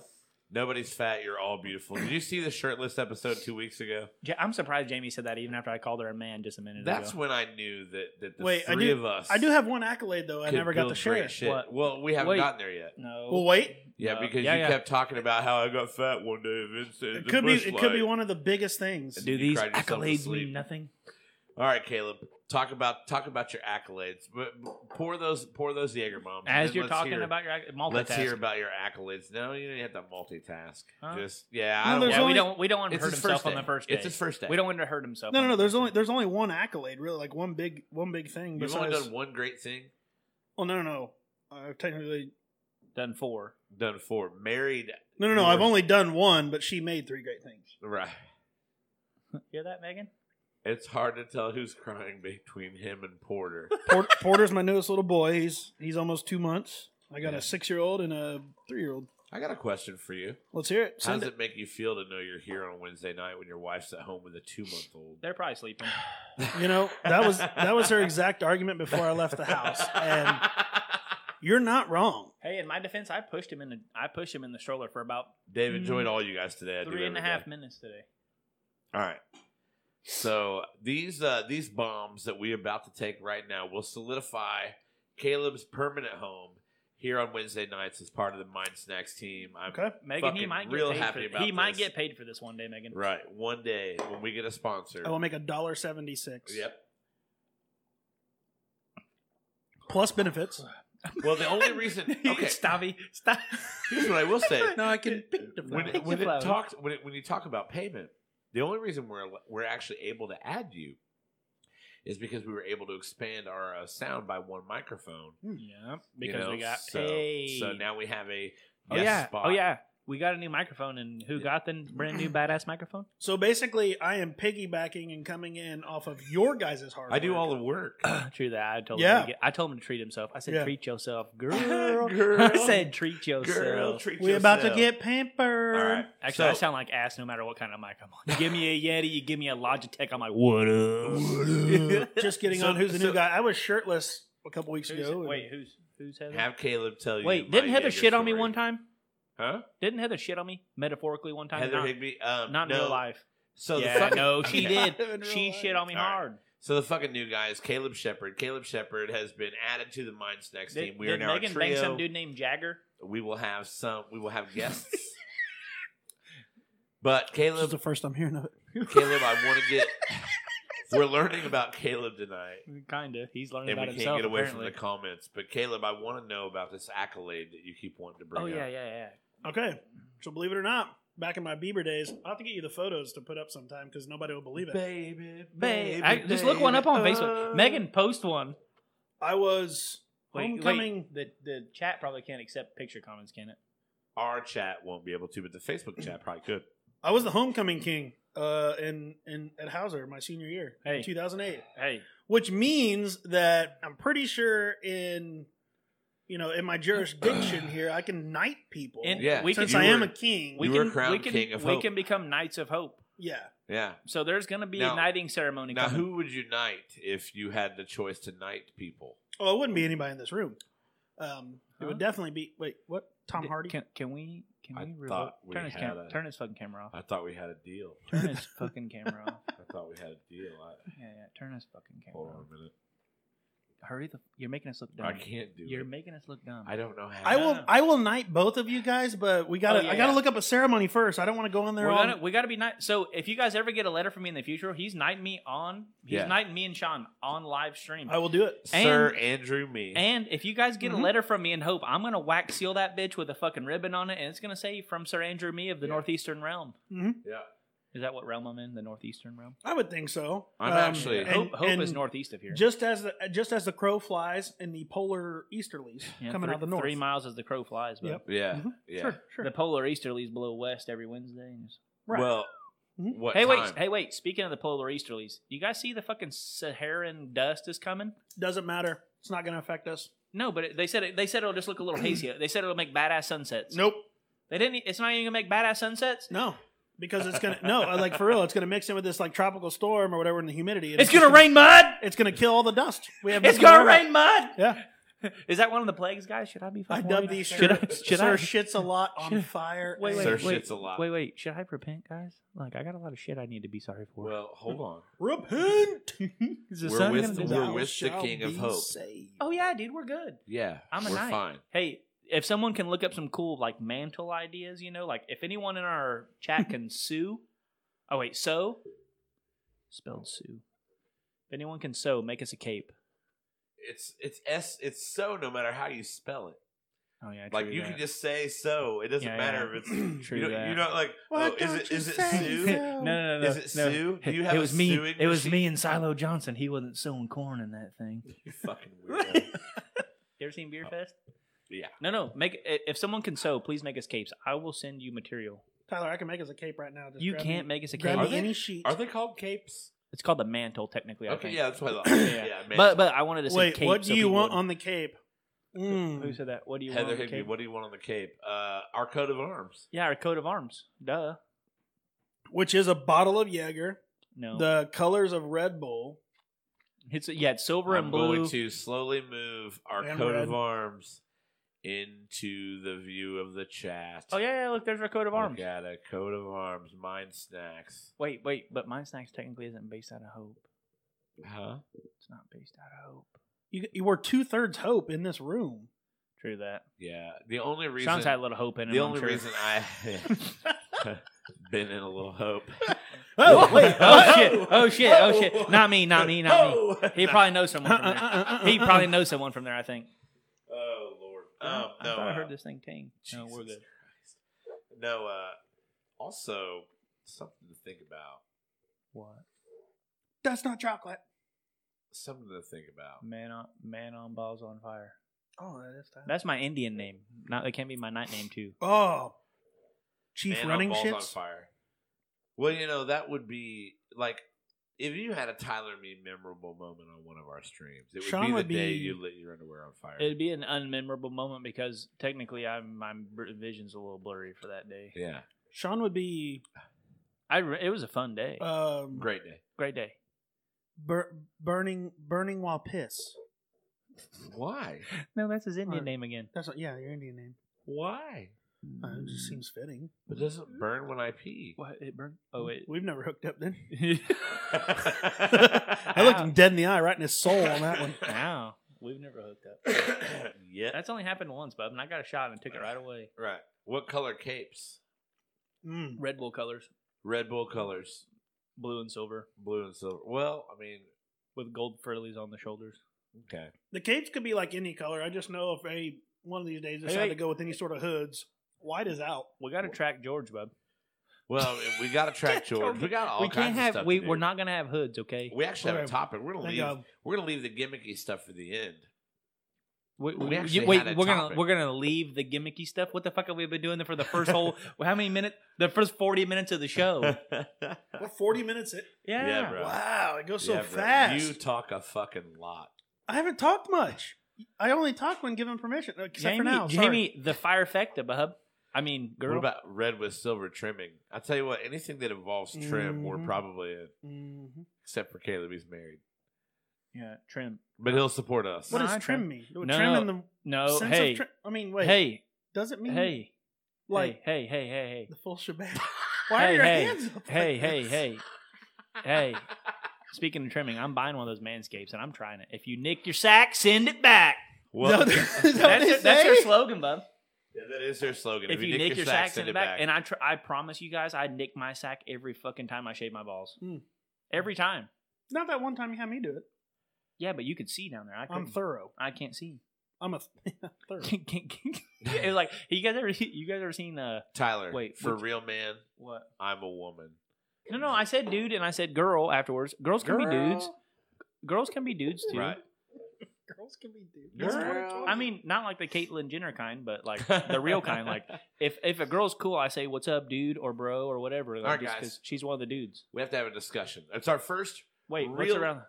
Nobody's fat. You're all beautiful. Did you see the shirtless episode two weeks ago?
Ja- I'm surprised Jamie said that even after I called her a man just a minute
That's
ago.
when I knew that that the
Wait, I
three
do-
of us.
I do have one accolade though. I
could
never got
build
to
great
share it.
Shit.
What?
Well, we haven't
Wait.
gotten there yet.
no.
Well, wait.
Yeah,
No.
because
Yeah,
you
yeah.
kept talking about how I got fat one day. Vincent,
It could be. It could be one of the biggest things.
do
you
these
cried yourself to
accolades
sleep.
mean nothing?
All right, Caleb, talk about talk about your accolades. But pour those pour those Jaeger bombs. and
As
then
you're
let's
talking
hear-
about your ac- multitask.
Let's hear about your accolades. No, you don't have to multitask.
Huh?
Just yeah,
No,
I don't.
there's
want-
yeah,
only-
we don't we don't want to
it's
hurt
his first
himself on
day.
the first day.
It's his first day.
We don't want to hurt himself.
No,
on the
no, no. There's
first
only
day.
there's only one accolade, really, like one big one big thing.
You've
Besides,
only done one great thing.
well, no, no, no. I've technically
done four.
Done four. Married.
no, no, no. I've
Yours.
only done one, but she made three great things.
Right.
Hear that, Megan?
It's hard to tell who's crying between him and Porter.
Port- Porter's my newest little boy. He's he's almost two months. I got
Yeah.
a six year old and a three year old.
I got a question for you.
Let's hear it.
How
Send
does
it.
it make you feel to know you're here on Wednesday night when your wife's at home with a two month old?
They're probably sleeping.
You know that was that was her exact argument before I left the house, and you're not wrong.
Hey, in my defense, I pushed him in the I pushed him in the stroller for about
Dave enjoyed all you guys today. I do
Mm-hmm. three and a
every day.
half minutes today.
All right. So these uh, these bombs that we're about to take right now will solidify Caleb's permanent home here on Wednesday nights as part of the Mind Snacks team. I'm
Okay.
Megan, he
Fucking
might get
real
paid
happy
for,
about
he might
this.
get paid for this one day, Megan.
right. One day when we get a sponsor.
Oh,
I will make a dollar seventy six.
Yep.
Plus benefits.
Well, the only reason. Okay.
Stabby, stop.
Here's what I will say.
No, I can pick the
When,
Pick
when
the
it
flower.
talks, when, it, when you talk about payment, the only reason we're we're actually able to add you is because we were able to expand our uh, sound by one microphone.
yeah,
you
because
know,
we got
so,
paid.
So now we have a
oh
guest
yeah,
spot.
oh yeah, we got a new microphone, and who
Yeah.
got the brand new badass microphone?
So basically, I am piggybacking and coming in off of your guys' hard.
I do
work.
all the work.
True that. I told
Yeah.
him. To get, I told him to treat himself. I said,
Yeah.
"Treat yourself, girl."
girl,
I said, "Treat yourself."
girl, treat
We're about to
yourself.
get pampered.
All right.
Actually, I
so-
sound like ass no matter what kind of mic I'm on. You give me a Yeti, you give me a Logitech, I'm like, what up?
Just getting
So-
on who's the
so-
new guy. I was shirtless a couple weeks
Who's-
ago. and-
wait, who's who's Heather?
Have Caleb tell you.
wait,
my
didn't Heather
Jaeger
shit on me
story.
one time?
Huh?
Didn't Heather shit on me metaphorically one time?
Heather
not
Higby. Um,
not in
no.
real life.
So
yeah,
the fucking,
no, she
okay.
did.
In real
She
life.
shit on me
All right.
hard.
So the fucking new guy is Caleb Shepard. Caleb Shepard has been added to the Mind Snacks team.
Did,
We are
did
now
Megan
a
bang
trio.
some dude named Jagger?
We will have some. We will have guests. but
This is
Caleb,
the first I'm hearing of it.
Caleb, I want to get. We're learning about Caleb tonight.
Kinda. He's learning
and we
about
can't
himself.
get away
apparently.
from the comments. But Caleb, I want to know about this accolade that you keep wanting to bring
oh
up.
yeah, yeah, yeah.
Okay. So believe it or not, back in my Bieber days, I'll have to get you the photos to put up sometime because nobody will believe it.
Baby,
Babe, I, just look one up on Facebook. Megan, post one.
I was
Wait,
homecoming.
wait. The the chat probably can't accept picture comments, can it?
Our chat won't be able to, but the Facebook chat probably could.
I was the homecoming king uh, in in at Hauser my senior year,
Hey.
in 2008.
Hey,
Which means that I'm pretty sure in you know in my jurisdiction here, I can knight people.
And
Yeah,
we
since
can,
I am
were-
a king,
we
you
can,
were crowned
we can,
King of
we
Hope.
can become knights of hope.
yeah.
Yeah.
So there's going to be
Now-
a knighting ceremony.
Now,
coming.
who would you knight if you had the choice to knight people?
Oh, it wouldn't be anybody in this room. Um, It
Huh?
would definitely be. Wait, what? Tom
D-
Hardy?
Can, can we? Can
I
we? revoke?
thought we
turn his
had
cam-
a-
turn his fucking camera off.
I thought we had a deal.
Turn his fucking camera off.
I thought we had a deal. I,
Yeah, yeah. Turn his fucking
hold
camera
on
off.
a minute.
Hurry the. You're making us look dumb.
I can't do
You're
it.
making us look dumb.
I don't know how.
I will.
Yeah.
I will knight both of you guys, but we gotta.
Oh, yeah,
I gotta
yeah.
look up a ceremony first. I don't want to go in there.
We're
all-
gonna, we got to be nice. So if you guys ever get a letter from me in the future, he's knighting me on. He's
Yeah.
knighting me and Sean on live stream.
I will do it.
Sir Andrew Me.
And if you guys get
Mhm.
a letter from me in hope, I'm gonna wax seal that bitch with a fucking ribbon on it, and it's gonna say from Sir Andrew Me of the
Yeah.
Northeastern Realm.
hmm
yeah.
Is that what realm I'm in? The Northeastern Realm.
I would think so. Um,
I'm actually-
and-
hope hope
and
is northeast of here.
Just as the just as the crow flies in the polar easterlies
Yeah,
coming
three,
out of the north.
Three miles as the crow flies. But
Yep.
Yeah.
Mm-hmm.
Mhm.
Yeah.
Sure, sure.
The polar easterlies blow west every Wednesday. And it's-
Right.
Well, What
Mm-hmm. hey
time?
wait, hey wait. Speaking of the polar easterlies, you guys see the fucking Saharan dust is coming?
Doesn't matter. It's not going to affect us.
No, but it, they said it, they said it'll just look a little hazy. They said it'll make badass sunsets.
Nope.
they didn't. e, It's not even gonna make badass sunsets.
No. Because it's going to, no, like for real, it's going to mix in with this like tropical storm or whatever in the humidity. and
It's gonna
just
rain mud.
It's going to kill all the dust. We have
It's
nothing to
gonna
worry about.
rain mud.
Yeah.
Is that one of the plagues, guys? Should I be?
I
fucking
dub
worried?
these
Should
sir,
I? Should
sir
I?
shits a lot on
Should-
fire.
Wait, wait,
Sir
wait.
shits a lot.
Wait, wait. Should I repent, guys? Like, I got a lot of shit I need to be sorry for.
Well, hold on.
Repent.
Is the
we're
sun
with-
gonna do
we're
that?
with- the king of hope.
Oh yeah, dude, we're good.
Yeah,
I'm a
we're
knight.
fine.
Hey, if someone can look up some cool like mantle ideas, you know, like if anyone in our chat can sue, oh wait, sew, spelled sue. If anyone can sew, make us a cape.
It's it's s it's so no matter how you spell it.
Oh yeah,
Like you can just say so. It doesn't
Yeah,
matter
yeah.
if it's
True
you don't,
that.
you're not like
Why
oh, is
don't
it
you
is it
say
Sue?
so?
no, no, no.
Is it
no.
Sue? Do you
It-
have
it
a
was me.
suing
It was
machine?
me and Silo Johnson. He wasn't sewing corn in that thing.
You fucking weirdo.
You ever seen Beer Fest?
Oh. yeah.
No, no. Make i- if someone can sew, please make us capes. I will send you material.
Tyler, I can make us a cape right now. Just
you
grab
can't
me-
make us a
grab
cape.
Are
me
they-
any sheet.
Are they called capes?
It's called the mantle, technically. I
okay,
think.
yeah, that's what I thought.
Yeah.
yeah, man.
But but I wanted to say
Wait,
cape.
what do
so
you
people
want
wouldn't-
on the cape?
Who
Mm.
said that? What do you
Heather
want? on the
Higby,
cape?
what do you want on the cape? Uh, our coat of arms.
Yeah, our coat of arms. Duh.
Which is a bottle of Jaeger,
No.
the colors of Red Bull.
it's yeah, it's silver
I'm
and blue.
going to slowly move our
And
coat
red.
of arms into the view of the chat.
Oh yeah, yeah, look, there's our coat of arms.
Look at a coat of arms, mind snacks.
Wait, wait, but mine snacks technically isn't based out of hope.
Huh?
It's not based out of hope.
You, you were two thirds hope in this room.
True that.
Yeah. The only reason
Sean's had a little hope in him.
the
I'm
only
sure.
reason I been in a little hope.
Oh wait! Oh
Oh,
shit! Oh shit! Oh
oh.
shit! Not me! Not me! Not me!
Oh!
He probably knows someone from there. He
he
probably knows someone from there. I think.
Oh lord. Um,
I
no.
thought I
uh,
heard this thing ting. No, we're
Jesus
good.
Christ. No. Uh, also, something to think about.
What?
That's not chocolate.
Something to think about.
Man on man on balls on fire.
Oh, that is time.
That's my Indian name. Not it can't be my night name too.
Oh. Chief
Man on
Running
balls on
Shits?
fire. Well, you know that would be like if you had a Tyler me memorable moment on one of our streams. It would
Sean
be the
would be-
day you lit your underwear on fire.
It'd be an unmemorable moment because technically I'm my br- vision's a little blurry for that day.
yeah,
Sean would be
I re- it was a fun day.
um,
great day.
Great day.
bur- burning burning while piss.
Why?
No, that's his Indian
Or-
name again.
That's what, yeah, your Indian name.
Why?
Uh, it
Mm.
just seems fitting.
It doesn't burn when I pee.
What it burned? Oh wait.
We've never hooked up then. Ah. I
I
looked him dead in the eye, right in his soul on that one.
Wow. We've never hooked up.
yeah.
That's only happened once, bub, and I got a shot and took it right away.
Right. What color capes?
Mm.
Red Bull colors,
Red Bull colors,
blue and silver,
blue and silver. Well, I mean,
with gold frillies on the shoulders.
okay.
The capes could be like any color. I just know if a one of these days decide
Hey.
to go with any sort of hoods, white is out.
We got to track George, bub.
Well, I mean, we got to track George. We got all
we
kinds
can't
of
have.
stuff.
We
to do.
we're not gonna have hoods, okay?
We actually have a
Okay.
topic. We're gonna
Thank
leave.
God.
We're gonna leave the gimmicky stuff for the end.
We,
We
we-
actually
wait,
had a
we're gonna
topic.
we're gonna leave the gimmicky stuff. What the fuck have we been doing for the first whole? how many minutes? The first forty minutes of the show. yeah,
We're 40 minutes in.
Yeah, bro.
Wow, it goes so
Yeah, bro,
fast.
You talk a fucking lot.
I haven't talked much. I only talk when given permission, uh, except
Jamie,
for now. Sorry.
Jamie, the fire effect, bub. I mean, girl.
What about red with silver trimming? I tell you what, anything that involves trim, we're
Mhm.
probably in,
Mhm.
except for Caleb. He's married,
yeah, trim?
but he'll support us.
What
No,
does
I
trim
trim-
mean?
No,
trim
no.
in the
No,
sense
hey,
of trim. I mean, wait.
hey,
does it mean
hey,
like
hey, hey, hey, hey, hey.
the full shebang? Why are
Hey,
your
hey,
hands up? like
hey, hey,
this?
hey. Hey. Speaking of trimming, I'm buying one of those manscapes and I'm trying it. If you nick your sack, send it back.
Well,
No,
That's,
that's- they
their, that's their
say?
slogan, bub.
yeah, that is their slogan.
If you nick your sack, send it back. And I tr- I promise you guys, I nick my sack every fucking time I shave my balls.
Mm.
Every time.
Not that one time you had me do it.
Yeah, but you could see down there. I
I'm
couldn't.
thorough.
I can't see.
I'm a thorough.
it was like you guys ever you guys ever seen uh
Tyler,
Wait,
for
would-
real man,
what?
I'm a woman.
No, no, I said dude and I said girl afterwards. Girls can be dudes.
Girl.
Girls can be dudes too.
Right.
Girls can be dudes.
Girl.
I mean, not like the Caitlyn Jenner kind, but like the real kind. Like if if a girl's cool, I say what's up, dude, or bro, or whatever. Like,
Alright,
just
guys.
because she's one of the dudes.
we have to have a discussion. It's our first.
Wait, what's
Real-
around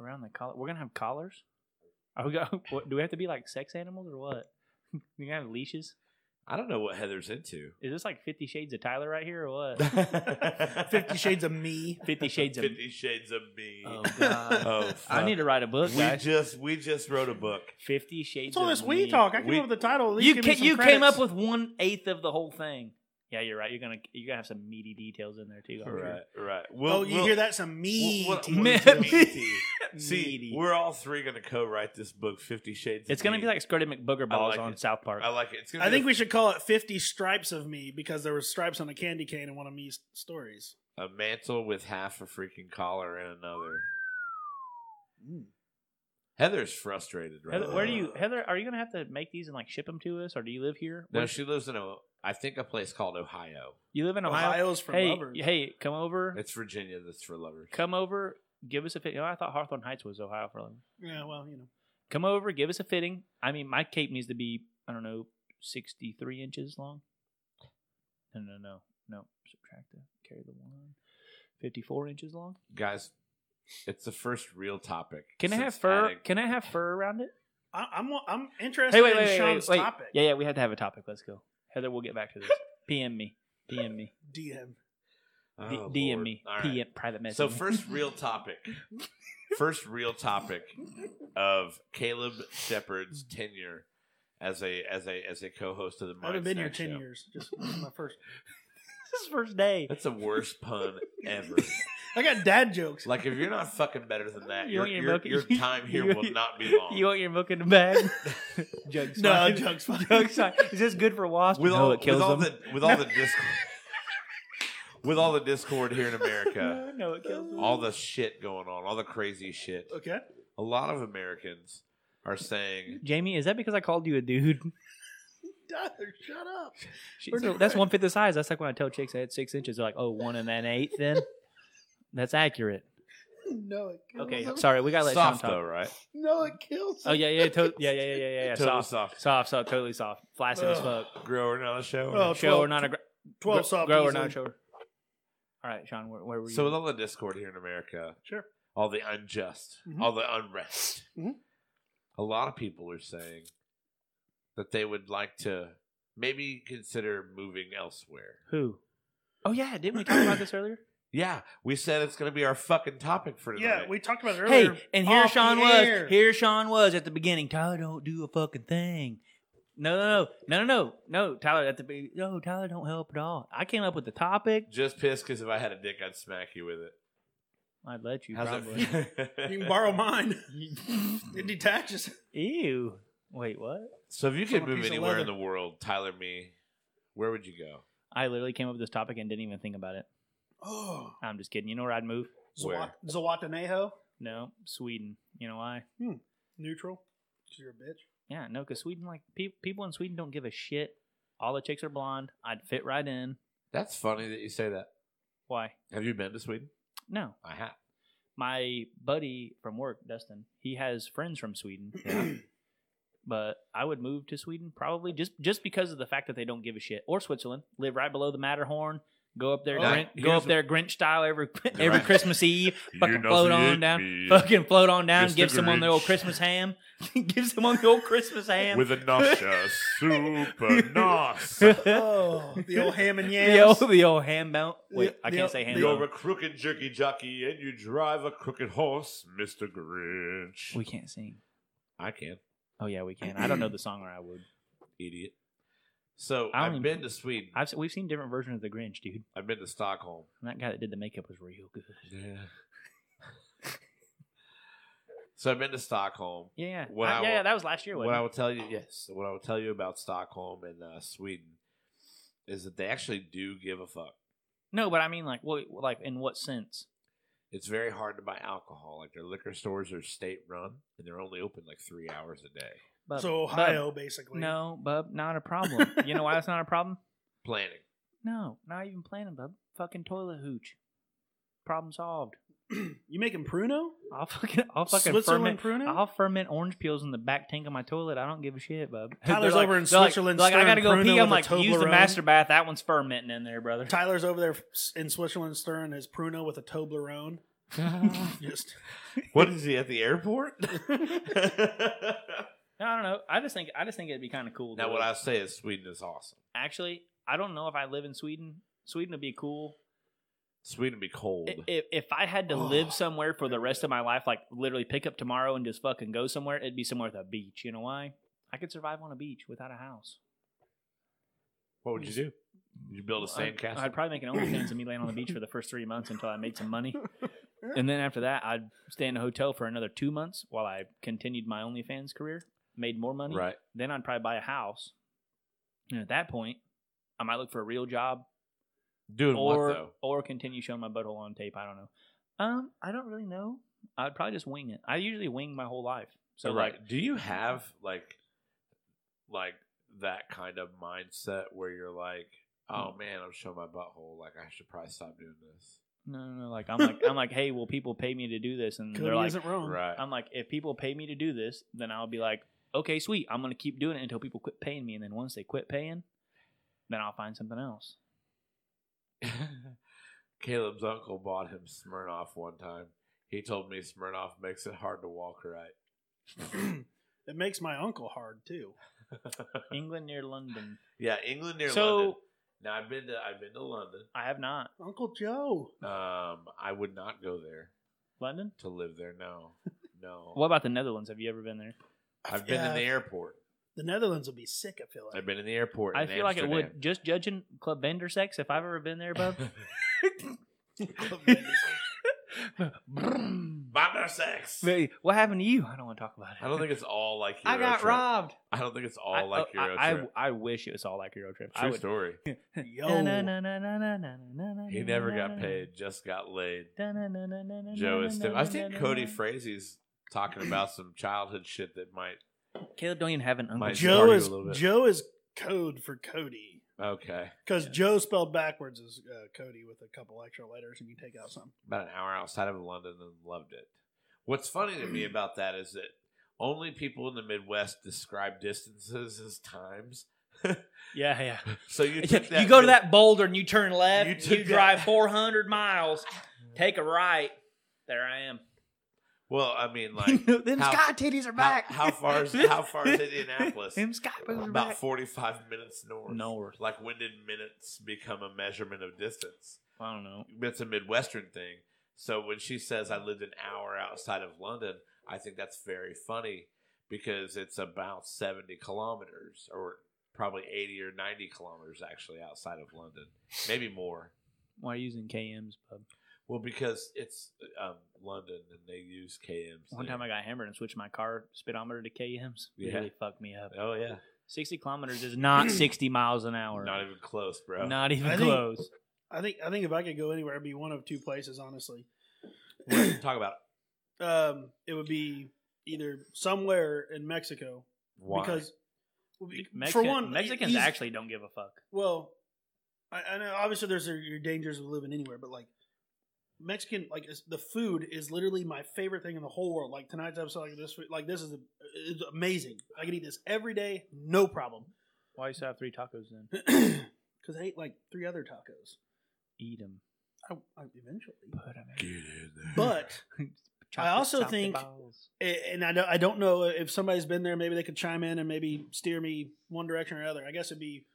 around the collar? We're gonna have collars. Are we go, what, do we have to be like sex animals or what? We gonna have leashes?
I don't know what Heather's into.
Is this like Fifty Shades of Tyler right here or what?
Fifty
Fifty Shades of Me.
Fifty Shades of.
Fifty Shades of Me.
Oh God!
Oh,
I
fuck.
need to write a book,
We
guys.
just we just wrote a book.
Fifty Shades.
It's
of
all this we
Me.
talk. I came
We-
up with the title. At least
You
give me
ca-
some
you came up
credits.
with one eighth of the whole thing. Yeah, you're right. You're gonna you're gonna have some meaty details in there too. I'm sure.
Right, right. We'll,
Oh, you
we'll-
hear that? Some me.
we'll-
tea.
we'll-
Me-
we'll-
Me-
See,
Meaty.
we're all three going to co-write this book, Fifty Shades. of
It's gonna
Me.
be like Scotty McBooger
I
balls
like
on
it.
South Park.
I like it. It's gonna
I
be
think
a-
we should call it 50 Stripes of Me because there were stripes on a candy cane in one of me's stories.
a mantle with half a freaking collar and another.
Mm.
Heather's frustrated right
Heather,
now.
where do you Heather? Are you gonna have to make these and like ship them to us, or do you live here?
No,
Where-
she lives in a, I think a place called Ohio.
you live in Ohio.
Ohio's for
hey,
lovers.
hey, come over.
It's Virginia that's for lovers.
come over. Give us a fitting. You know, I thought Hawthorne Heights was Ohio for lovers.
Yeah, well, you know.
Come over. Give us a fitting. I mean, my cape needs to be I don't know sixty three inches long. No, no, no, no. Subtract that. Carry the one. Fifty four inches long.
Guys, it's the first real topic.
Can I
since
have fur?
adding-
Can I have fur around it?
I, I'm I'm interested
Hey, wait,
in
wait, wait,
Sean's
wait, wait.
topic.
Yeah, yeah. We have to have a topic. Let's go. Heather, we'll get back to this. PM me. PM me.
DM.
Oh,
D-
Lord.
DM me.
All right.
PM private message.
So
me.
first real topic. First real topic of Caleb Shepard's tenure as a as a as a co-host of the.
I haven't
Mind
been here
Snack
10
Show.
years. Just this is my first.
this is first day.
That's the worst pun ever.
I got dad jokes.
Like if you're not fucking better than that,
You
your,
want your
your,
milk-
your time here
you-
will not be long.
You want your milk in the bag? Jug's
no,
fine.
jokes.
Jug's fine. Is this good for wasps?
with
no,
all
it kills
with all
them.
the with all the discord with all the discord here in America,
no, it kills them.
all the shit going on, all the crazy shit.
Okay.
A lot of Americans are saying
Jamie, is that because I called you a dude?
Tyler, shut up.
She's
We're
like,
not-
that's one fifth the size. That's like when I tell chicks I had six inches. They're like, oh, one and an eighth then? That's accurate.
No, it kills
Okay,
him.
sorry. We got to let
soft
Sean
though,
talk.
right?
No, it kills
Oh,
him.
yeah, yeah, to- yeah, yeah, yeah, yeah, yeah.
Total
Soft.
soft.
Soft, soft, totally soft. Flaccid as fuck.
Ugh.
Grow or not a show.
Oh,
Show or
12
not a gr-
12
gr-
soft
grow or
easily.
not a shower. All right, Sean, where, where were you?
so with all the discord here in America,
Sure.
all the unjust,
Mhm.
all the unrest,
Mhm.
a lot of people are saying that they would like to maybe consider moving elsewhere.
Who? Oh yeah, didn't we talk about this earlier?
Yeah, we said it's going to be our fucking topic for tonight.
Yeah, we talked about it
Hey,
earlier.
and here
Off
Sean
the
was.
air.
Here Sean was at the beginning. Tyler, don't do a fucking thing. No, no, no, no, no, no, no. Tyler, at the be- no, Tyler, don't help at all. I came up with the topic.
Just pissed because if I had a dick, I'd smack you with it.
I'd let you
How's
probably.
it?
You can borrow mine. it detaches.
Ew. Wait, what?
so if you
From
could
a
move
piece of
anywhere in
leather.
the world, Tyler, me, where would you go?
I literally came up with this topic and didn't even think about it.
Oh.
I'm just kidding. You know where I'd move?
Where?
Zawatanejo.
No, Sweden. You know why?
Neutral. 'Cause You're a bitch.
Yeah, no, because Sweden, like pe- people in Sweden, don't give a shit. All the chicks are blonde. I'd fit right in.
That's funny that you say that.
Why?
Have you been to Sweden?
No,
I have.
my buddy from work, Dustin, he has friends from Sweden. but I would move to Sweden probably just just because of the fact that they don't give a shit. Or Switzerland, live right below the Matterhorn. Go up there,
Oh,
Grinch,
here's
go up
what-
there Grinch style every every
Right.
Christmas Eve. Fucking float on down. Fucking float on down.
Mr.
Give someone the
Grinch.
old Christmas ham. give someone the old Christmas ham.
With a nasha, super nos.
Oh, the old ham and yams.
the old the old ham belt. Wait,
The-
I
the
can't
old-
say ham
You're a
belt.
crooked jerky jockey and you drive a crooked horse, Mr. Grinch.
We can't sing.
I can.
Oh yeah, we can. I don't know the song, or I would.
Idiot. So
I
I've
don't even-
been to Sweden.
I've se- we've seen different versions of the Grinch, dude.
I've been to Stockholm.
And that guy that did the makeup was real good.
Yeah. so I've been to Stockholm.
Yeah, yeah,
What
I-
I
yeah, yeah.
will-
That was last year.
What
Wasn't
I
it?
will tell you, yes, what I will tell you about Stockholm and uh, Sweden is that they actually do give a fuck.
No, but I mean, like, what, like, in what sense?
It's very hard to buy alcohol. Like their liquor stores are state run, and they're only open like three hours a day.
Bub,
so
bub,
Ohio, basically.
no, bub, not a problem. you know why that's not a problem?
Planning.
No, not even planning, bub. Fucking toilet hooch. Problem solved.
you making Pruno?
I'll fucking, I'll fucking
Switzerland
ferment.
Pruno?
I'll ferment orange peels in the back tank of my toilet. I don't give a shit, bub.
Tyler's
They're
over in
they're
Switzerland
Like, they're like I gotta go
stirring Pruno
pee. I'm like,
with a
use the
Toblerone."
master bath. That one's fermenting in there, brother.
Tyler's over there in Switzerland stirring his Pruno with a Toblerone. Just
What is he at the airport?
No, I don't know. I just think I just think it'd be kind of cool.
now,
though.
what I say is Sweden is awesome.
actually, I don't know if I live in Sweden. Sweden would be cool.
Sweden be cold.
I- If, if I had to
Oh.
live somewhere for the rest of my life, like literally pick up tomorrow and just fucking go somewhere, it'd be somewhere with a beach. You know why? I could survive on a beach without a house.
what would you do? Would you build a
I'd-
sandcastle?
I'd probably make an OnlyFans of me laying on the beach for the first three months until I made some money. And then after that, I'd stay in a hotel for another two months while I continued my OnlyFans career, made more money.
right.
Then I'd probably buy a house. And at that point, I might look for a real job
Doing
or
what though?
or continue showing my butthole on tape. I don't know. Um, I don't really know. I'd probably just wing it. I usually wing my whole life. So
right.
like,
do you have like, like that kind of mindset where you're like,
Mm.
oh man, I'm showing my butthole. Like I should probably stop doing this.
no, no, no. Like I'm like I'm like, hey, will people pay me to do this? And
Cody
they're like,
isn't wrong.
Right.
I'm like, if people pay me to do this, then I'll be like, okay, sweet. I'm gonna keep doing it until people quit paying me, and then once they quit paying, then I'll find something else.
Caleb's uncle bought him Smirnoff one time. He told me Smirnoff makes it hard to walk right.
it makes my uncle hard too.
England near London.
yeah, England near
so
London. Now I've been to I've been to London.
I have not
Uncle Joe.
Um, I would not go there
London.
to live there. No, no.
What about the Netherlands? Have you ever been there?
I've been in the airport.
The Netherlands will be sick. I feel like.
I've been in the airport.
I
in
feel like it
Amsterdam.
would. Just judging Club Vandersex, if I've ever been there, bub.
Bonder sex.
Hey, what happened to you? I don't want to talk about it.
I don't think it's all like Euro
I got
trip.
robbed.
I don't think it's all
I,
like
oh, I-
Euro
I,
trip.
I wish it was all like Euro Trip. I
True
would.
story.
Oh.
Yo.
He never got paid. Just got laid. Joe is still. I was thinking Cody Frazie's talking about some childhood shit that might.
Caleb don't even have an uncle.
My-
Joe
Party
is
a little bit.
Joe is code for Cody
Okay,
because Joe spelled backwards is uh, Cody with a couple extra letters, and you take out some.
about an hour outside of London and loved it. What's funny to me about that is that only people in the Midwest describe distances as times.
Yeah, yeah.
So you
Yeah,
took that
you go to
mid-
that boulder and you turn left.
You
and
took
You, drive
that-
400 miles. Take a right. There I am.
Well, I mean, like
Them
how-
sky titties are back.
how far is- how far is Indianapolis?
Them sky titties are
about
back.
forty-five minutes north.
North.
Like when did minutes become a measurement of distance?
I don't know.
It's a Midwestern thing. So when she says I lived an hour outside of London, I think that's very funny because it's about seventy kilometers, or probably eighty or ninety kilometers actually outside of London, maybe more.
Why are you using KMs, bub?
Well, because it's um, London and they use KMs.
One time I got hammered and swwitched my car speedometer to KMs. It
Yeah.
Really fucked me up.
Oh yeah,
60 kilometers is not 60 miles an hour.
not even close, bro.
Not even
I think-
close.
I think I think if I could go anywhere, it'd be one of two places. Honestly,
Talk about
um, it would be either somewhere in Mexico
why.
because
Mexican-
for one,
Mexicans
he's-
actually don't give a fuck.
Well, I, I know obviously there's your, your dangers of living anywhere, but like Mexican, like is- the food is literally my favorite thing in the whole world. Like tonight's episode, like this, food- like this is a, it's amazing. I could eat this every day, no problem,
Why you have three tacos then?
because I ate like three other tacos.
Eat them.
I, I eventually,
Put them
Get in there.
but
in.
I also think- a- and I don't, I don't know if somebody's been there. Maybe they could chime in and maybe steer me one direction or another. I guess it'd be,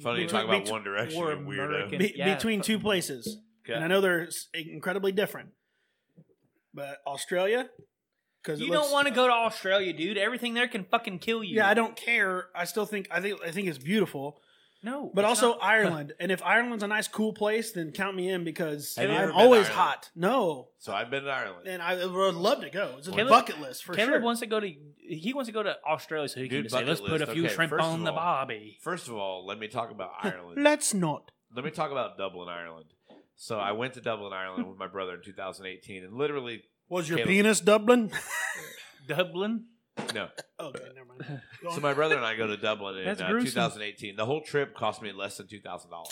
funny you
We're
talk
gonna
about
be
One Direction, you
we're
weirdo.
American.
be
Yeah,
between
fuck.
two places.
Okay.
and I know they're s- incredibly different. But Australia, because
You don't want to go to Australia, dude. Everything there can fucking kill you.
Yeah, I don't care. I still think I think I think it's beautiful.
No.
But
it's
also
not-
Ireland, and if Ireland's a nice, cool place, then count me in because
Have you ever
I'm
been to
always
Ireland?
hot. No,
So I've been to Ireland.
and I would love to go. It's a
Caleb-
bucket list for
Caleb
sure.
wants to go to. He wants to go to Australia so he
Dude,
can just say,
bucket
"Let's put a
list.
few
Okay,
shrimp
first
on
of
the
all-
bobby."
First of all, let me talk about Ireland.
Let's not.
let me talk about Dublin, Ireland. So I went to Dublin, Ireland with my brother in 2018, and literally,
Was your
Caleb.
penis Dublin? Oh,
Dublin.
no.
okay, never mind. Go
So
on.
my brother and I go to Dublin in
That's
uh,
gruesome.
2018. The whole trip cost me less than two thousand dollars.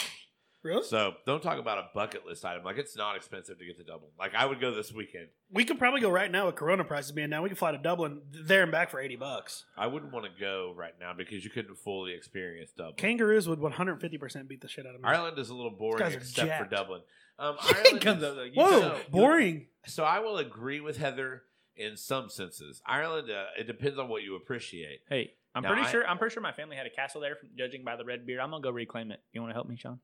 Really?
So don't talk about a bucket list item. Like it's not expensive to get to Dublin. Like I would go this weekend.
we could probably go right now with Corona prices being down. We could fly to Dublin there and back for eighty bucks.
I wouldn't want to go right now because you couldn't fully experience Dublin.
Kangaroos would one hundred fifty percent beat the shit out of me.
Ireland is a little boring
guys are
except for
jacked.
Dublin. Um,
It
Ireland
comes
is-
up,
you
Whoa,
know-
boring.
So I will agree with Heather in some senses. Ireland, uh, it depends on what you appreciate.
Hey, I'm
No,
pretty
I-
sure. I'm pretty sure my family had a castle there. From, judging by the red beard, I'm gonna go reclaim it. You want to help me, Sean?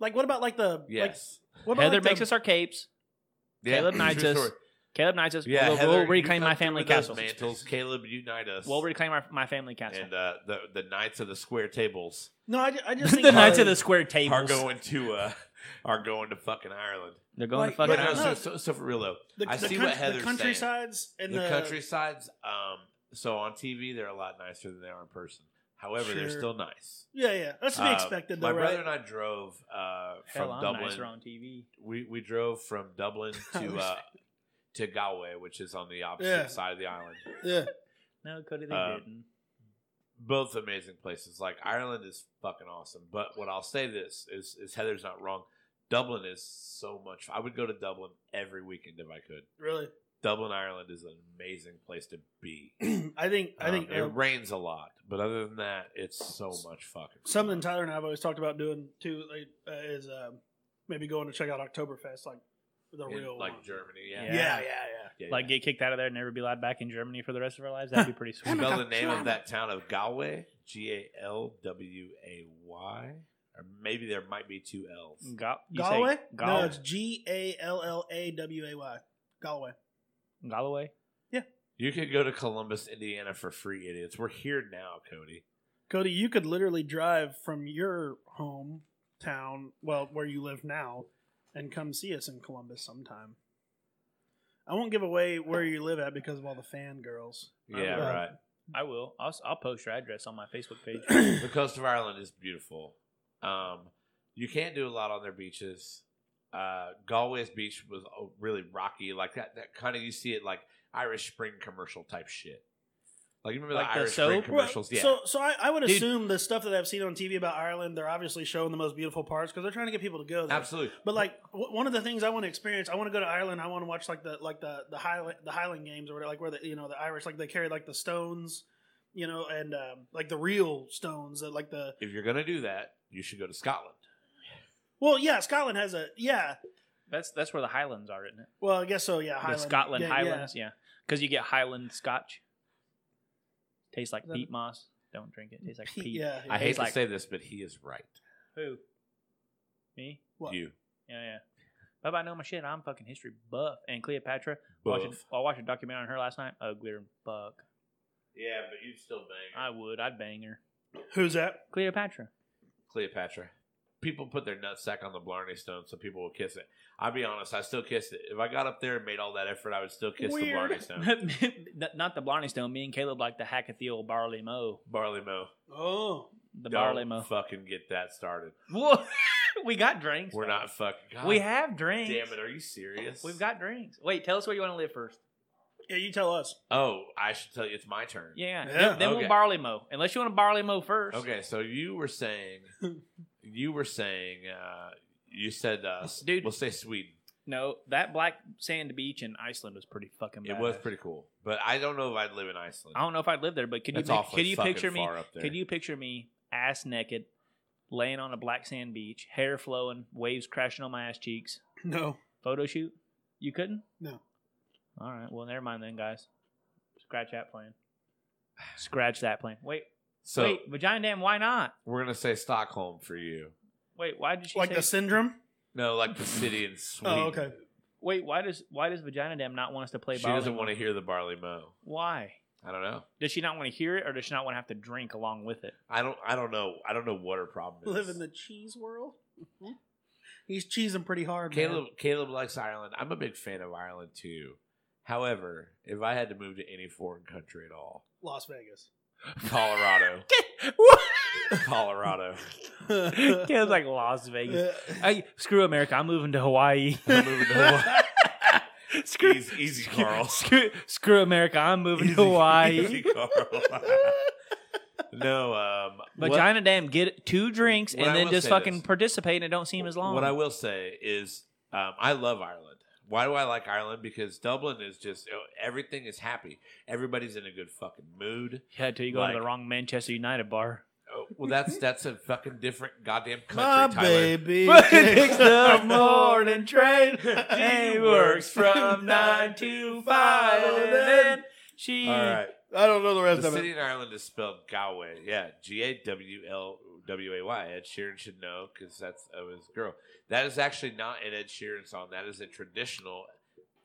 Like what about like the
Yes,
Like, what about
Heather
like
makes
the,
us our capes. Caleb
true
Knights us.
story.
Caleb knights us.
Yeah,
we'll,
Heather,
we'll
you
reclaim
come
my
through
family
with those
castle.
Mantles, Caleb, unite us.
We'll reclaim our, my family castle.
and uh, the the knights of the square tables
No, I, ju- I just
the
think
knights
Ireland-
of the square
are
tables.
going to uh, are going to fucking Ireland.
They're going
Like,
to fucking
but-
no,
Ireland.
no,
so, so, so for real though,
the,
I
the
see
coun-
what Heather's
the
saying.
countrysides and
the,
the,
countrysides. Um, so on TV, they're a lot nicer than they are in person. However, they're
Sure.
still nice.
Yeah, yeah, that's to be
Uh,
expected though,
my
right?
brother and I drove uh,
Hell,
from
I'm
Dublin.
nicer on TV.
we we drove from Dublin
I
to
was-
uh, to Galway, which is on the opposite
Yeah.
side of the island.
yeah,
No, Cody, they
Um,
didn't.
Both amazing places. Like Ireland is fucking awesome. But what I'll say this is is Heather's not wrong. Dublin is so much. I would go to Dublin every weekend if I could.
really.
Dublin, Ireland is an amazing place to be.
I think I
Um,
think
it
uh,
rains a lot, but other than that, it's so much fucking. fun.
something Tyler and I have always talked about doing too like, uh, is um, maybe going to check out Oktoberfest, like the
In,
real
like
one.
Germany,
Yeah,
yeah,
Yeah.
yeah, yeah.
yeah,
Like,
yeah.
get kicked out of there and never be allowed back in Germany for the rest of our lives. That'd be pretty sweet.
spell the name of that town of Galway, G A L W A Y, or maybe there might be two L's.
Gal- you say
Galway? No,
Gal-
it's G A L L A W A Y. Galway.
Galloway.
You could go to Columbus, Indiana for free, idiots. We're here now, Cody.
Cody, you could literally drive from your hometown, well, where you live now, and come see us in Columbus sometime. I won't give away where you live at because of all the fangirls.
Yeah,
Uh,
right.
I will. I'll, s- I'll post your address on my Facebook page.
The coast of Ireland is beautiful. Um, you can't do a lot on their beaches. Uh, Galway's beach was uh, really rocky, like that. That kind of you see it like Irish Spring commercial type shit. Like you remember the
Like the
Irish Spring
soap?
commercials? yeah.
So, so I, I would
Dude.
assume the stuff that I've seen on TV about Ireland, they're obviously showing the most beautiful parts because they're trying to get people to go there.
Absolutely.
But like w- one of the things I want to experience, I want to go to Ireland. I want to watch like the like the the Highland the Highland games or whatever, like where the you know the Irish like they carry like the stones, you know, and um, like the real stones that like the
If you're gonna do that, you should go to Scotland.
well yeah Scotland has a yeah
That's that's where the Highlands are, isn't it?
well I guess so yeah
The
Highland
Scotland
yeah, yeah.
Highlands, yeah. Because you get Highland Scotch. Tastes like
Is that-
peat moss. Don't drink it. Tastes like
Pe-
peat.
yeah, yeah.
I hate
He's
to
like-
say this, but he is right.
Who? Me?
What?
You
Yeah, yeah. But I know my shit. I'm fucking history buff. And Cleopatra. Watching,
buff.
I watched a documentary on her last night. Uglier than fuck.
Yeah, but you'd still bang
I would. I'd bang her.
Who's that?
Cleopatra.
Cleopatra. People put their nutsack on the Blarney Stone so people will kiss it. I'll be honest, I still kiss it. If I got up there and made all that effort, I would still kiss the
Weird.
Blarney Stone.
Not- Not the Blarney Stone. Me and Caleb like the Hackathiel Barley Mo.
Barley Mo.
Oh,
The
Don't
Barley Mo.
fucking get that started.
Whoa. we got drinks.
We're not fucking. God
we have drinks.
Damn it, are you serious?
We've got drinks. Wait, tell us where you want to live first.
yeah. You tell us.
Oh, I should tell you, it's my turn.
Yeah.
Yeah.
Then, then
Okay.
we'll barley mow. Unless you want to barley mow first.
Okay, so you were saying, you were saying, uh, you said, uh,
Dude.
we'll say Sweden.
No, that black sand beach in Iceland was pretty fucking. Badass.
It was pretty cool, but I don't know if I'd live in Iceland.
I don't know if I'd live there, but could you
That's
pic-
awfully
could you
fucking
picture me?
far up there.
Could you picture me ass naked, laying on a black sand beach, hair flowing, waves crashing on my ass cheeks?
No,
Photo shoot? You couldn't?
No.
All right. Well, never mind then, guys. Scratch that plan. Scratch that plan. Wait,
So
wait, vagina dam. Why not?
we're gonna say Stockholm for you.
Wait, why did she
like
say?
the syndrome.
No, like the city in Sweden.
Oh, okay.
Wait, why does why does vagina dam not want us to play?
She
barley
doesn't
mow?
want to hear the barley mow.
Why?
I don't know.
Does she not want to hear it, or does she not want to have to drink along with it?
I don't. I don't know. I don't know what her problem is.
Live in the cheese world. He's cheesing pretty hard. man.
Caleb. Caleb likes Ireland. I'm a big fan of Ireland too. However, if I had to move to any foreign country at all,
Las Vegas.
Colorado, Colorado.
Caleb's like Las Vegas. Hey, screw America. I'm moving to Hawaii.
I'm moving to Hawaii.
screw,
Easy, easy, Carl.
Screw, screw America. I'm moving
Easy-
to Hawaii.
easy, Carl. no, um,
But
what-
China Dam, get two drinks
What I
and then
will
just
say
fucking
this.
participate and it don't seem as long.
What I will say is, um, I love Ireland. Why do I like Ireland? Because Dublin is just oh, everything is happy. Everybody's in a good fucking mood.
yeah, until you go to
like-
the wrong Manchester United bar.
Oh, well, that's that's a fucking different goddamn country,
My
Tyler.
baby
takes the morning
train.
She works from nine to five. And then she.
All right.
I don't know the rest
The
of
city
it.
in Ireland is spelled Galway. Yeah, G A W L W A Y. Ed Sheeran should know because that's of his girl. That is actually not an Ed Sheeran song. That is a traditional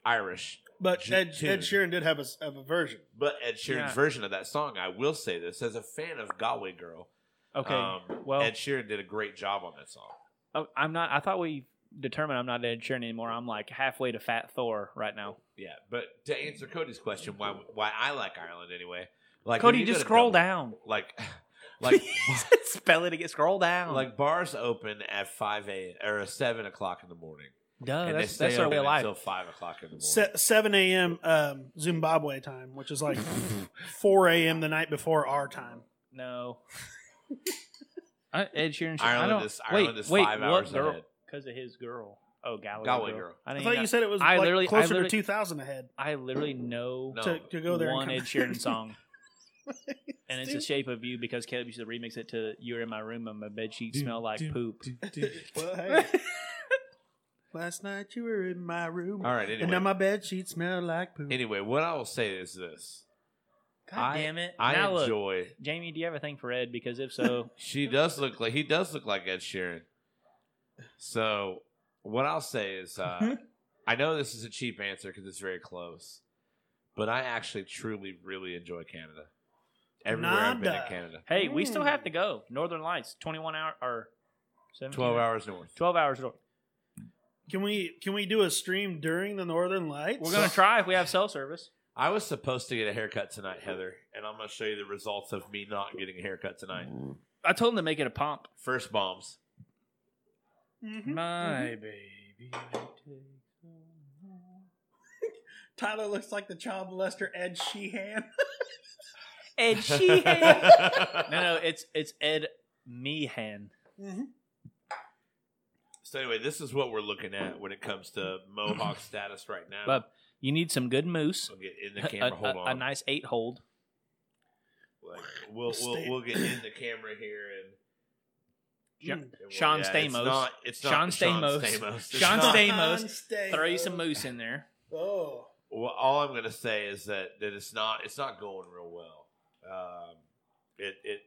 Irish.
But
J-
Ed, Ed
tune.
Sheeran did have a, s- have a version.
But Ed Sheeran's
Yeah.
version of that song, I will say this as a fan of Galway Girl.
Okay.
um,
well,
Ed Sheeran did a great job on that song.
oh, I'm not. I thought we determined I'm not Ed Sheeran anymore. I'm like halfway to Fat Thor right now.
Yeah, but to answer Cody's question, why why I like Ireland anyway? Like when
Cody,
you go
just
to
scroll
Dublin,
down.
Like, like
Spell it again. Scroll down.
like bars open at five a or seven o'clock in the morning.
duh.
and
Oh, that's
they
that's
stay
our way of
open
life.
until five o'clock in the morning.
Se- 7 a.m. Um, Zimbabwe time, which is like 4 a.m. the night before our time.
No. I, Ed Sheeran. I don't,
Ireland is Ireland
wait,
is
wait,
five
what
hours
girl?
ahead.
Because of his girl. Oh, Galway,
Galway
girl.
girl.
I,
I
didn't
thought
even
you
know-
said it was
I
like
literally- I
closer
literally-
to 2000 ahead.
I literally know
No.
To, to go there
one
and
Ed
come
Sheeran song. And it's a shape of you because Caleb used to remix it to "You're in my room and my bed sheets smell like poop."
Well, hey. Last night you were in my room,
All right.
and now
Anyway,
my bed sheets smell like poop.
anyway, what I will say is this:
God
I-
damn it!
I
now look,
enjoy.
Jamie, do you have a thing for Ed? Because if so,
She does look like he does look like Ed Sheeran. So what I'll say is, uh, I know this is a cheap answer because it's very close, but I actually truly really enjoy Canada. Everywhere I've been in
Nada.
Canada,
hey, we still
Mm.
have to go. Northern Lights, twenty-one hour or 17
twelve hours north.
Twelve hours. north.
Can we can we do a stream during the Northern Lights?
We're gonna try if we have cell service.
I was supposed to get a haircut tonight, Heather, and I'm going to show you the results of me not getting a haircut tonight.
I told him to make it a pomp.
First bombs.
Mhm.
My
Mhm.
baby.
Tyler looks like the child molester Ed Sheehan.
Ed Sheehan. no,
no,
no, it's it's Ed Meehan.
Mm-hmm.
So anyway, this is what we're looking at when it comes to Mohawk status right now.
Bub, you need some good moose.
we'll get in
A-
the camera.
a-
Hold
a-
on.
a nice eight hold.
Like, we'll, we'll we'll get in the camera here and.
Yeah.
Mm.
and we'll-
Sean
It's
Stamos.
not, it's not
Sean Stamos.
Stamos. It's
Sean
not-
Stamos.
Stamos.
Throw you some moose in there.
Oh,
Well, all I'm gonna say is that that it's not it's not going real well. Um, it it.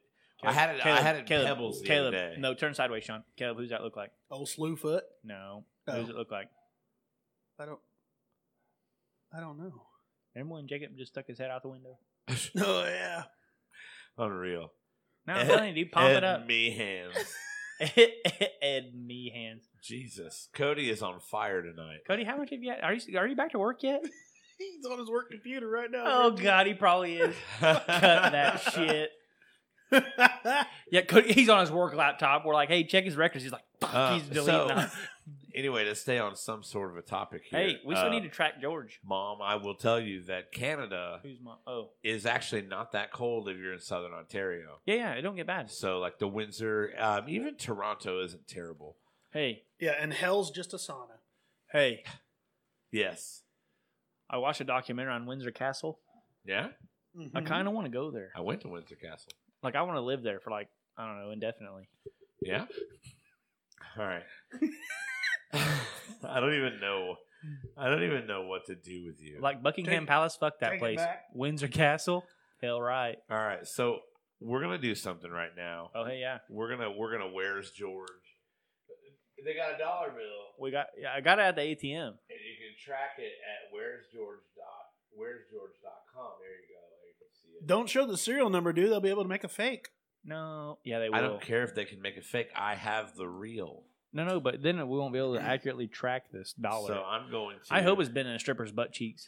I had it. I had it.
Caleb,
pebbles the
Caleb,
other day.
no, turn sideways, Sean. Caleb, who's that look like?
old Slewfoot.
No,
Oh.
who's it look like?
I don't. I don't know.
Remember when Jacob just stuck his head out the window?
Oh yeah.
Unreal.
No, I'm telling you, dude, pump
Ed
it up.
Meehan's.
Ed Meehan.
Jesus, Cody is on fire tonight.
Cody, how much have you? Had? Are you are you back to work yet?
He's on his work computer right now.
oh God, he probably is. Cut that shit. Yeah, Cody, he's on his work laptop. We're like, hey, check his records. He's like, fuck,
Uh,
he's deleting
so-
them.
Anyway, to stay on some sort of a topic here.
Hey, we still
uh,
need to track George.
Mom, I will tell you that Canada
Who's my? Oh,
is actually not that cold if you're in southern Ontario.
yeah, yeah. It don't get bad.
So, like the Windsor, um, even Toronto isn't terrible.
Hey,
Yeah, and hell's just a sauna.
hey.
Yes.
I watched a documentary on Windsor Castle.
Yeah.
Mm-hmm.
I kind of want to go there.
I went to Windsor Castle.
Like, I want to live there for like I don't know indefinitely.
Yeah. All right. I don't even know. I don't even know what to do with you.
Like Buckingham
Take-
Palace, fuck that
take it
place.
back.
Windsor Castle, hell right.
All right. So we're gonna do something right now.
Oh hey yeah,
We're gonna we're gonna where's George? They got a dollar bill.
we got. Yeah, I got it at the ATM.
and you can track it at where's George dot where's George dot com. There you go. There you can see it.
Don't show the serial number, dude. They'll be able to make a fake.
No, yeah they will.
I don't care if they can make it fake. I have the real
No, no, but then we won't be able to accurately track this dollar.
So I'm going to.
I hope it's been in a stripper's butt cheeks.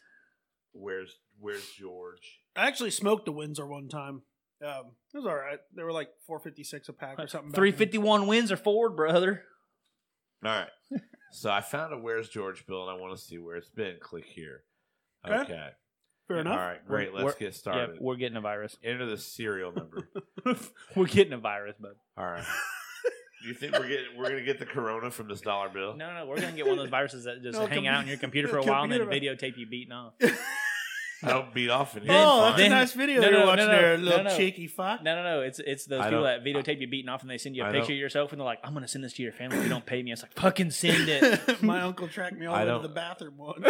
where's where's George.
I actually smoked a Windsor one time. Um, it was all right. They were like four fifty six a pack or something. back
Three
then.
fifty one Windsor Ford, brother.
All right. so I found a where's George bill, and I want to see where it's been. Click here.
Okay.
Okay.
Fair
All
enough.
right. Great.
We're-
Let's get
Yeah,
started.
we're getting a virus.
Enter the serial number.
We're getting a virus, bud.
All right. Do you think we're getting we're gonna get the corona from this dollar bill?
No, no, we're gonna get one of those viruses that just
No,
hang
com-
out on your computer for a while and then
computer-
videotape you beating off.
I don't beat off in here.
oh,
Oh,
that's
Then-
a nice video
no,
you're
no, no,
watching
no,
there,
no,
little
no.
cheeky fuck.
No, no, no. It's it's those
I
people
don't-
that videotape you beating off and they send you a
I
picture
don't-
of yourself and they're like, "I'm gonna send this to your family if you don't pay me." It's like, "Fucking send it."
My uncle tracked me all
I
the way to
don't-
the bathroom once.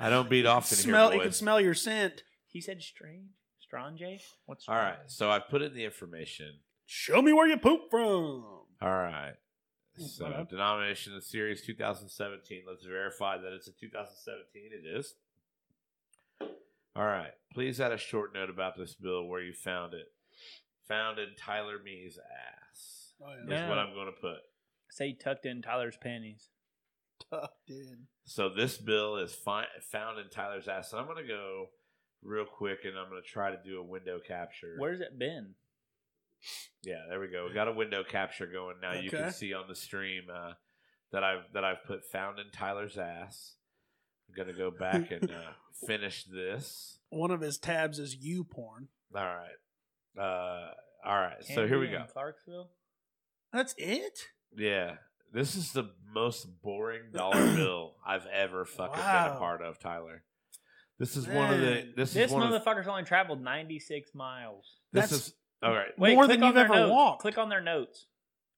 I don't beat off in
smell,
here,
you
boys.
could smell your scent.
he said, "Strange, strange." What's
All right, so I put in the information.
Show me where you poop from.
All right. So,
my bad.
denomination of series 2017. Let's verify that it's a 2017. It is. All right. Please add a short note about this bill where you found it. Found in Tyler Mee's ass.
Oh,
Is
yeah.
Yeah.
what I'm going to put.
Say tucked in Tyler's panties.
Tucked in.
So this bill is fi- found in Tyler's ass. And I'm going to go real quick and I'm going to try to do a window capture.
Where's it been?
Yeah, there we go. We got a window capture going now. You can
Okay.
see on the stream uh, that I've that I've put found in Tyler's ass. I'm gonna go back and uh, finish this.
One of his tabs is you porn.
All right, uh, all right. so here we
Camden
go.
and Clarksville.
That's it?
Yeah, this is the most boring dollar bill I've ever fucking been a
Wow.
part of, Tyler. This is one of the
Man,
this,
This
is one of
motherfucker's only traveled 96 miles.
this
That's-
is all right.
Wait,
More
click
than
on
you've
their
ever
notes.
walked.
Click on their notes.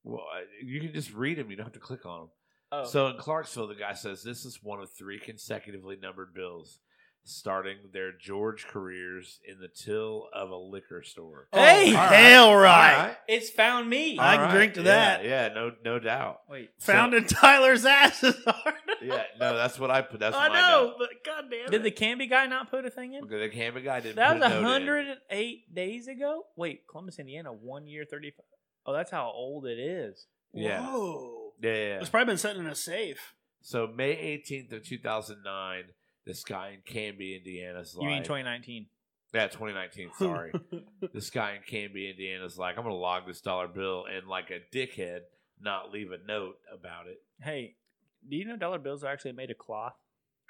Well, I- you can just read them. You don't have to click on them.
Oh,
So in Clarksville, the guy says this is one of three consecutively numbered bills starting their George careers in the till of a liquor store.
Hey!
Oh,
All
hell right.
All right.
it's found me.
I can drink to
yeah,
that.
Yeah, no, no doubt.
Wait,
Found in Tyler's ass is hard.
Yeah, no, that's what I put. That's
I
my
know,
note.
but goddamn.
did the Canby guy not put a thing in?
Okay, the camera guy didn't.
That was
put a note in.
108 days ago. Wait, Columbus, Indiana, one year, 35. Oh, that's how old it is.
Yeah.
Whoa.
Yeah, yeah, yeah.
It's probably been sitting in a safe.
So May eighteenth of two thousand nine, this guy in Canby, Indiana's like
You mean 2019?
Yeah, 2019. Sorry. this guy in Canby, Indiana's like, I'm going to log this dollar bill and, like a dickhead, not leave a note about it.
Hey, do you know dollar bills are actually made of cloth?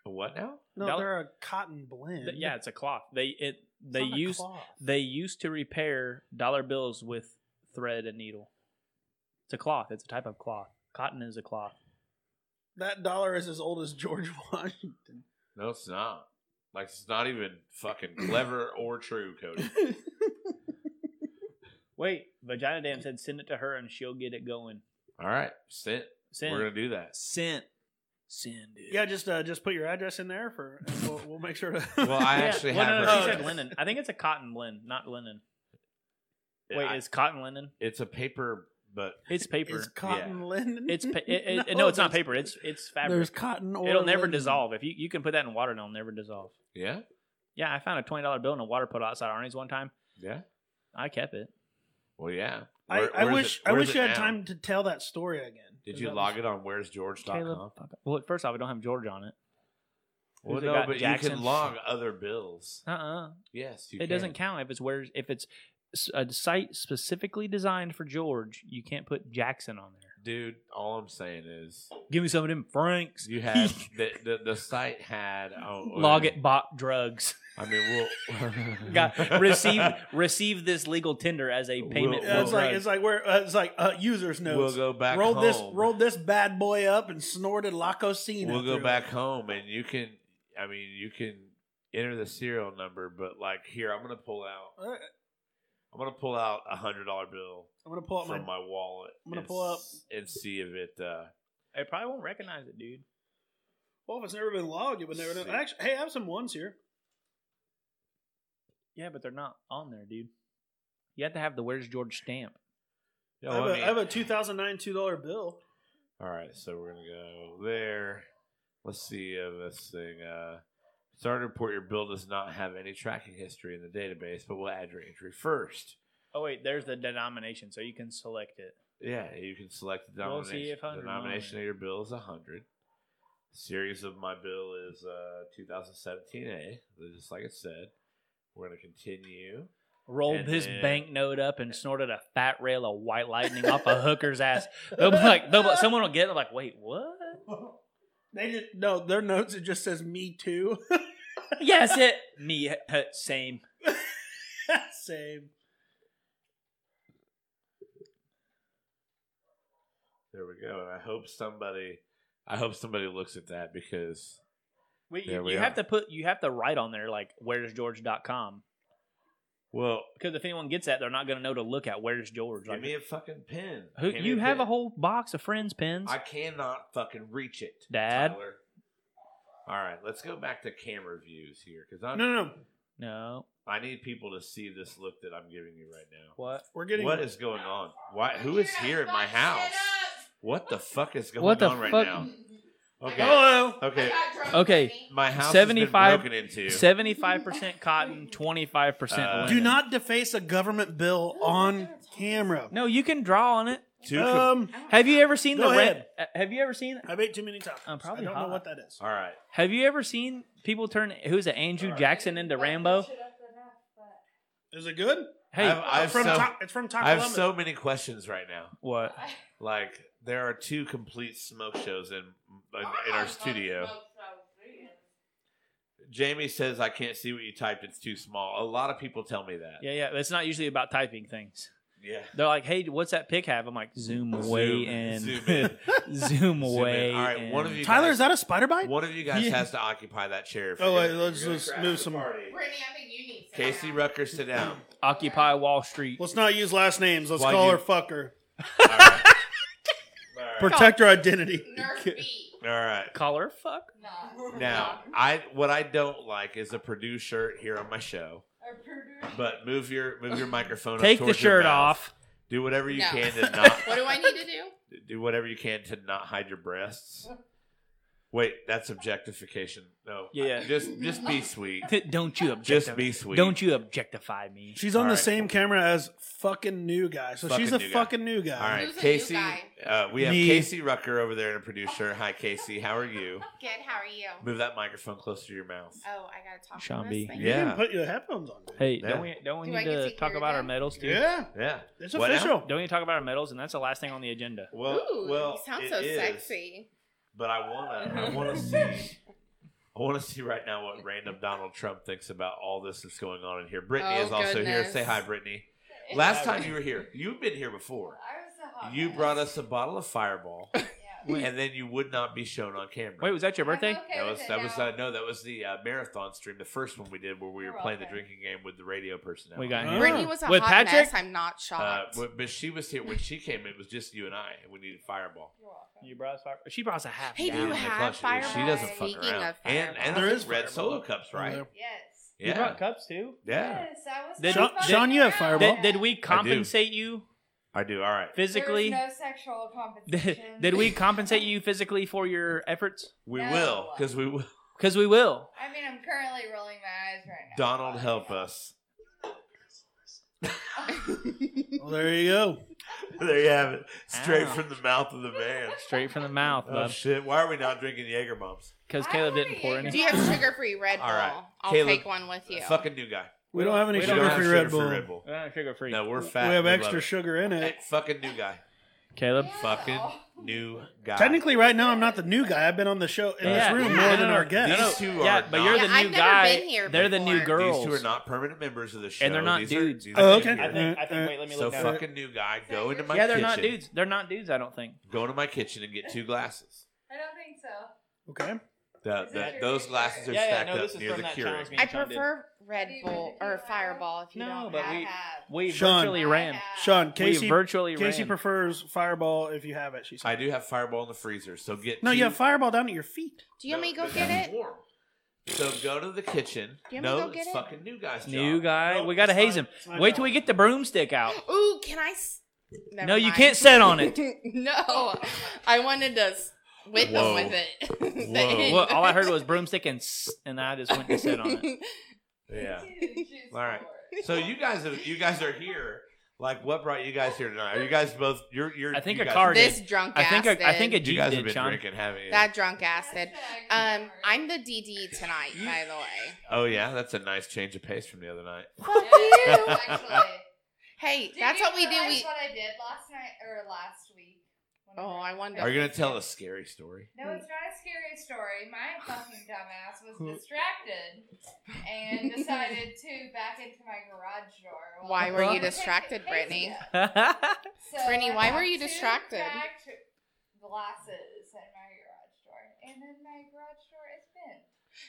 A What now?
No,
Dollar-
they're a cotton blend.
Th- yeah, it's a cloth. They it
It's
they
not a
use
cloth.
they used to repair dollar bills with thread and needle. It's a cloth. It's a type of cloth. Cotton is a cloth.
That dollar is as old as George Washington.
No, it's not. Like, it's not even fucking clever or true, Cody.
Wait, Vagina Dam said send it to her and she'll get it going.
All right. Sent.
Send
We're going to do that.
send send it.
yeah, just uh, just put your address in there for. And we'll, we'll make sure to.
Well, I actually
well,
have
no, no, she
her-
said linen. I think it's a cotton blend, not linen. Wait,
I-
is cotton linen?
it's a paper, but
It's paper.
Is cotton linen?
it's pa- it, it, no,
No,
it's not
there's-
paper. It's it's
There's
fabric.
cotton or
It'll never
linen.
dissolve. If you you can put that in water, and it'll never dissolve.
yeah.
Yeah, I found a twenty dollar bill in a water puddle outside Arnie's one time.
Yeah.
I kept it.
Well, yeah.
I,
Where-
I
where's
wish
it-
I
where's
wish
it
you had
now?
time to tell that story again.
Did you log it on where's george.com?
Caleb, fuck off. well, first off, I don't have George on it.
Well,
Who's it
no,
got?
but you
Jackson?
can log other bills.
Uh uh
Yes. You
It
can.
doesn't count if it's where if it's s- a site specifically designed for George. You can't put Jackson on there.
Dude, all I'm saying is
Give me some of them Franks.
you had the, the, the site had oh,
Log it, bought drugs.
I mean, we'll
Got received received this legal tender as a payment.
We'll-
for
Yeah, Uh, it's like
drugs.
it's like where uh, it's like uh, users
We'll
notes.
go back.
rolled
home.
this rolled this bad boy up and snorted lacosina.
We'll go
through
back
it.
home, and you can. I mean, you can enter the serial number, but like here, I'm gonna pull out.
All right,
I'm gonna pull out a hundred dollar bill
I'm gonna pull up my.
from my wallet.
I'm gonna
and
pull up-
s- and see if it. Uh,
I probably won't recognize it, dude.
Well, if it's never been logged, you would never know.
See.
Actually, hey, I have some ones here.
Yeah, but they're not on there, dude. You have to have the Where's George stamp.
you know
I, have
what
a,
I mean?
I have a 2009 two dollar bill.
All right, so we're gonna go there. Let's see if this thing. Uh, starting to report your bill does not have any tracking history in the database, but we'll add your entry first.
Oh wait, there's the denomination, so you can select it.
Yeah, you can select the
We'll
denomination.
see if
the
100
denomination of your bill is 100. Series of my bill is uh, 2017A, just like it said. We're going to continue.
Rolled
And
his
then-
banknote up and snorted a fat rail of white lightning off a hooker's ass. They'll be like, they'll be, someone will get it. Like, wait, what?
They just no, their notes it just says me too.
Yes, it me uh, same.
Same.
There we go. And I hope somebody, I hope somebody looks at that because
Wait,
There
you,
we
you
are.
have to put you have to write on there like where's George.com.
well,
Because if anyone gets that, they're not going to know to look at where's George.
give
Like,
me a fucking pin.
who,
Give me
you have
pin.
a whole box of friends pins.
I cannot fucking reach it,
Dad?
Tyler. All right, let's go back to camera views here because
No,
I'm
no, no.
no,
I need people to see this look that I'm giving you right now.
what?
We're getting
What is going on? Why? Who is here at my house? What the fuck is going
What the
on right
fuck?
now? Okay,
Hello.
okay.
Okay.
My house has
75
been broken into.
Seventy-five percent cotton, twenty-five
Uh,
percent.
Do not deface a government bill on camera.
No, you can draw on it.
Two com-
Um,
Have you ever seen
Go
the
ahead.
red? uh, Have you ever seen?
I've ate too many tacos.
I'm Uh, probably
I don't
hot.
know what that is.
All right.
Have you ever seen people turn who's it, Andrew Jackson into Rambo?
Is it good?
Hey,
I've- I've-
from
so-
Ta- it's from Taco
I have
Lemon.
so many questions right now.
what?
Like there are two complete smoke shows in in, in our studio. Jamie says I can't see what you typed. It's too small. A lot of people tell me that.
Yeah, yeah. It's not usually about typing things.
Yeah.
They're like, "Hey, what's that pick have?" I'm like, "Zoom way
Zoom,
in,
Zoom in.
zoom way."
All right, one
in.
of you
Tyler,
guys-
is that a spider bite?
One of you guys
Yeah.
has to occupy that chair. if
Oh,
you're
wait,
gonna-
let's-
you're gonna
let's
crash
move
the
some-
party.
Brittany, I think you need to
Casey
sit down.
Rucker, sit down.
Occupy Wall Street.
Let's not use last names. Let's
Why
call
you-
her fucker.
All right. All right.
Protect her identity.
Nurse B.
All right.
Call her fuck.
No.
Now, I what I don't like is a Purdue shirt here on my show.
Or Purdue.
But move your move your microphone. up
Take the
towards your
shirt
mouth.
off.
Do whatever you
No.
can to not
What do I need to do?
do whatever you can to not hide your breasts. Wait, that's objectification. No.
Yeah, yeah.
Just just be sweet.
Don't you
Just
objectify?
be sweet.
Don't you objectify me?
She's on
All
the
right.
same camera as fucking new guy. So
Fucking
she's a
new guy.
fucking new guy.
All right,
Who's a new
Casey.
guy?
Uh, we have
Me.
Casey Rucker over there in a producer. Hi, Casey. How are you?
Good. How are you?
Move that microphone closer to your mouth.
Oh, I gotta talk.
Sean
on
B.
this thing.
You
Yeah.
didn't put your headphones on. dude.
Hey,
Yeah.
don't we don't we
Do I
need
get
to
to
talk
hear
about our
them?
medals too?
Yeah.
Yeah.
It's
What now?
official.
Don't we talk about our medals? And that's the last thing on the agenda.
Well,
Ooh,
well,
you sound
it
so
is,
sexy.
But I wanna, I wanna see, I wanna see right now what random Donald Trump thinks about all this that's going on in here. Brittany
Oh,
is also here.
goodness.
Say hi, Brittany. Last time you were here, you've been here before.
Oh,
You brought us a bottle of Fireball, and then you would not be shown on camera.
Wait, was that your birthday?
that was that was uh, no, that was the uh, marathon stream, the first one we did where we were
You're
playing the
welcome.
drinking game with the radio personality.
We got him.
Brittany was a
Oh, With
hot
Patrick?
mess. I'm not
Uh,
shocked.
but, but she was here when she came. It was just you and I, and we needed Fireball.
You're welcome.
You brought us fire- She brought us a half.
Hey, do
Down
you
in the
gallon.
have
clutch. She
Fireball?
doesn't fuck
Speaking
around.
of
and and
Fireball.
there
There
is
is
red
Fireball.
solo cups, right?
Yeah.
Yes.
You
Yeah,
brought cups too.
yeah,
Yes, I was
Did-
so
Sean,
fucking
Sean, you have
proud.
Fireball.
Did, did we compensate you
I do. All right.
physically?
There was no sexual
did,
compensation.
did we compensate you physically for your efforts?
We
No.
will, because we will.
Because we will.
I mean, I'm currently rolling my eyes right now.
Donald, help us.
Well, there you go.
there you have it. Straight
Ow.
from the mouth of the man.
Straight from the mouth,
Oh shit! Why are we not drinking Jaeger bombs?
Because
I
Caleb
want a
didn't pour
Jaeger.
any.
Do you have sugar-free Red Bull?
All right.
I'll
Caleb, uh,
take one with you.
Fucking new guy.
We don't have any
We
don't
sugar
have
free
sugar
Red Bull.
for Red Bull.
Uh, sugar free.
No, we're fat.
We have
We love
extra
it.
sugar in it.
Hey, fucking new guy.
Caleb.
Yeah.
Fucking new guy.
Technically, right now, I'm not the new guy. I've been on the show in
Yeah.
this room
Yeah.
more
No,
than
no,
our
no.
these
guest.
two are
Yeah,
not,
but you're the
Yeah, I've
new
never
guy.
been here
They're the new
before.
girls.
These two are not permanent members of the show,
And they're not
These
dudes.
Are, these
Oh,
are
okay.
new
I
here.
think, I think. Wait, let me
So
look. that up.
fucking new guy, go into my
Yeah, they're
kitchen.
not dudes. They're not dudes. I don't think.
Go into my kitchen and get two glasses.
I don't think so.
Okay.
The,
Is
the-
that your
those
picture?
glasses are
Yeah, yeah,
stacked
no, this
up
is
near
from
the
that
Keurig.
challenge me.
I
and Sean did.
prefer Red
Have you
Bull
read the
or
email?
Fireball if you
No,
don't
but
have.
we- We
Sean.
virtually
I
ran.
have.
Sean,
we
Casey,
virtually
Casey
ran.
prefers Fireball if you have it, she said.
I do have Fireball in the freezer, so get
no,
two,
you have Fireball down at your feet.
Do you want me to
No,
go
but
get
that's
it?
warm. So go to the kitchen.
You want me to
No,
go
it's
get it?
fucking new guy's
new
job.
guy.
No,
we gotta
it's
haze
fine.
him.
It's my
Wait
job.
till we get the broomstick out.
Ooh, can I? S- Never
No, you
mind.
can't sit on it.
no, I wanted to s- hit
Whoa.
them with it.
Whoa.
Well, all I heard was broomstick and s- and I just went to sit on it.
Yeah.
All
All right. So you guys, have, you guys are here. Like, what brought you guys here tonight? Are you guys both? You're, you're.
I think
you
a
guys-
car did.
This drunk
I
ass.
think a, I think a
You
Jeep
guys have
did,
been
Sean.
drinking, haven't you?
that drunk ass did. Um, I'm the DD tonight, by the way.
oh yeah, that's a nice change of pace from the other night.
Fuck
you.
you. Hey, that's what we do. We.
what I did last night or last week.
Oh, I wonder.
Are you gonna tell a scary story?
No, it's not a scary story. My fucking dumbass was distracted and decided to back into my garage door. while-
Why were you distracted, Brittany?
So
Brittany,
I
why
got
were you
too
distracted?
distract- glasses in my garage door, and then my garage door is bent.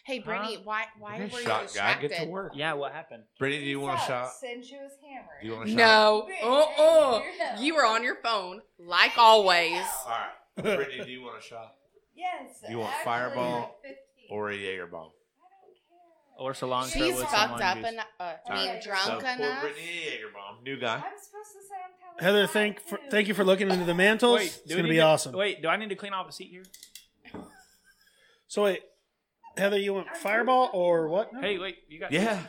Hey, Brittany, why why
Okay,
were you
shot guy,
distracted?
get to work.
Yeah, what happened?
Brittany, do you want a
Sucks,
shot?
And she was hammered.
Do you want a shot?
No. Uh-uh. You were on your phone, like always.
All right. Brittany, do you want a shot?
Yes.
You want
actually,
Fireball
like 15.
or a Jaeger bomb?
I don't care.
Or Solange
She's
with
fucked
someone
up
who's-
enough. Uh, I
All
mean,
right,
So
drunk
pour
enough.
Brittany a Jaeger bomb. New guy.
I'm supposed to say I'm telling
Heather,
God,
thank for,
too.
thank you for looking into the mantles.
Wait,
it's
do we
gonna
need
be
to-
awesome.
Wait, do I need to clean off a seat here?
So wait, Heather, you want Fireball or what? now?
Hey, wait, you got
Yeah.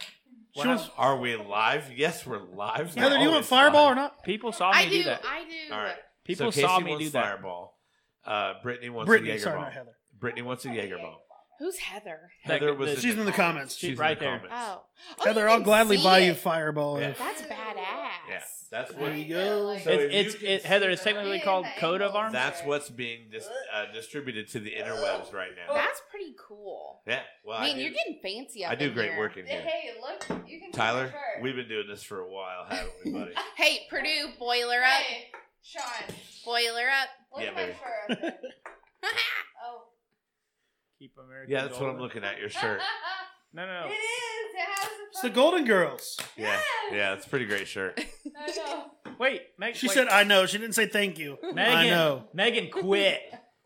She was-
Are we live? Yes, we're live.
Heather, do you want Fireball or not?
people saw me
I
do,
do.
that.
I do.
All right.
People
so Casey
saw me
wants
do that.
Fireball. Uh, Brittany wants a
Brittany,
Jaeger
sorry,
bomb.
not Heather.
Brittany wants a Jaeger bomb.
Who's Heather?
Heather
That-
was.
that-
in
She's in the comments.
She's in
Right
the
there.
comments.
Oh. oh
Heather,
you
I'll
can
gladly
see
buy you
it.
Fireball. if-
Yeah.
That's badass.
Yeah, that's what.
There you go.
So if
it's, it's,
you can
it,
see
Heather, it's
that-
technically
Yeah,
called
the
Code of
angles.
Arms.
That's what's being dis- uh, distributed to the interwebs right now.
That's pretty cool.
Yeah. Well, I
Man,
do-
you're getting fancy up
I do
in
great
here.
work in here.
Hey, look, you can see
Tyler,
my shirt.
we've been doing this for a while, haven't we, buddy?
Hey, Purdue, boiler up.
Hey, Sean,
Boiler up.
look
Yeah,
at my
baby.
shirt. up there. oh.
Keep America
Yeah, that's what I'm
golden.
looking at. Your shirt.
No, no,
it
no.
is. It has a
It's the
fucking-
Golden Girls.
Yeah,
Yes!
yeah, it's a pretty great shirt.
I know.
Wait, Meg,
She
wait.
said, "I know." She didn't say thank you.
Megan,
I know.
Megan, quit.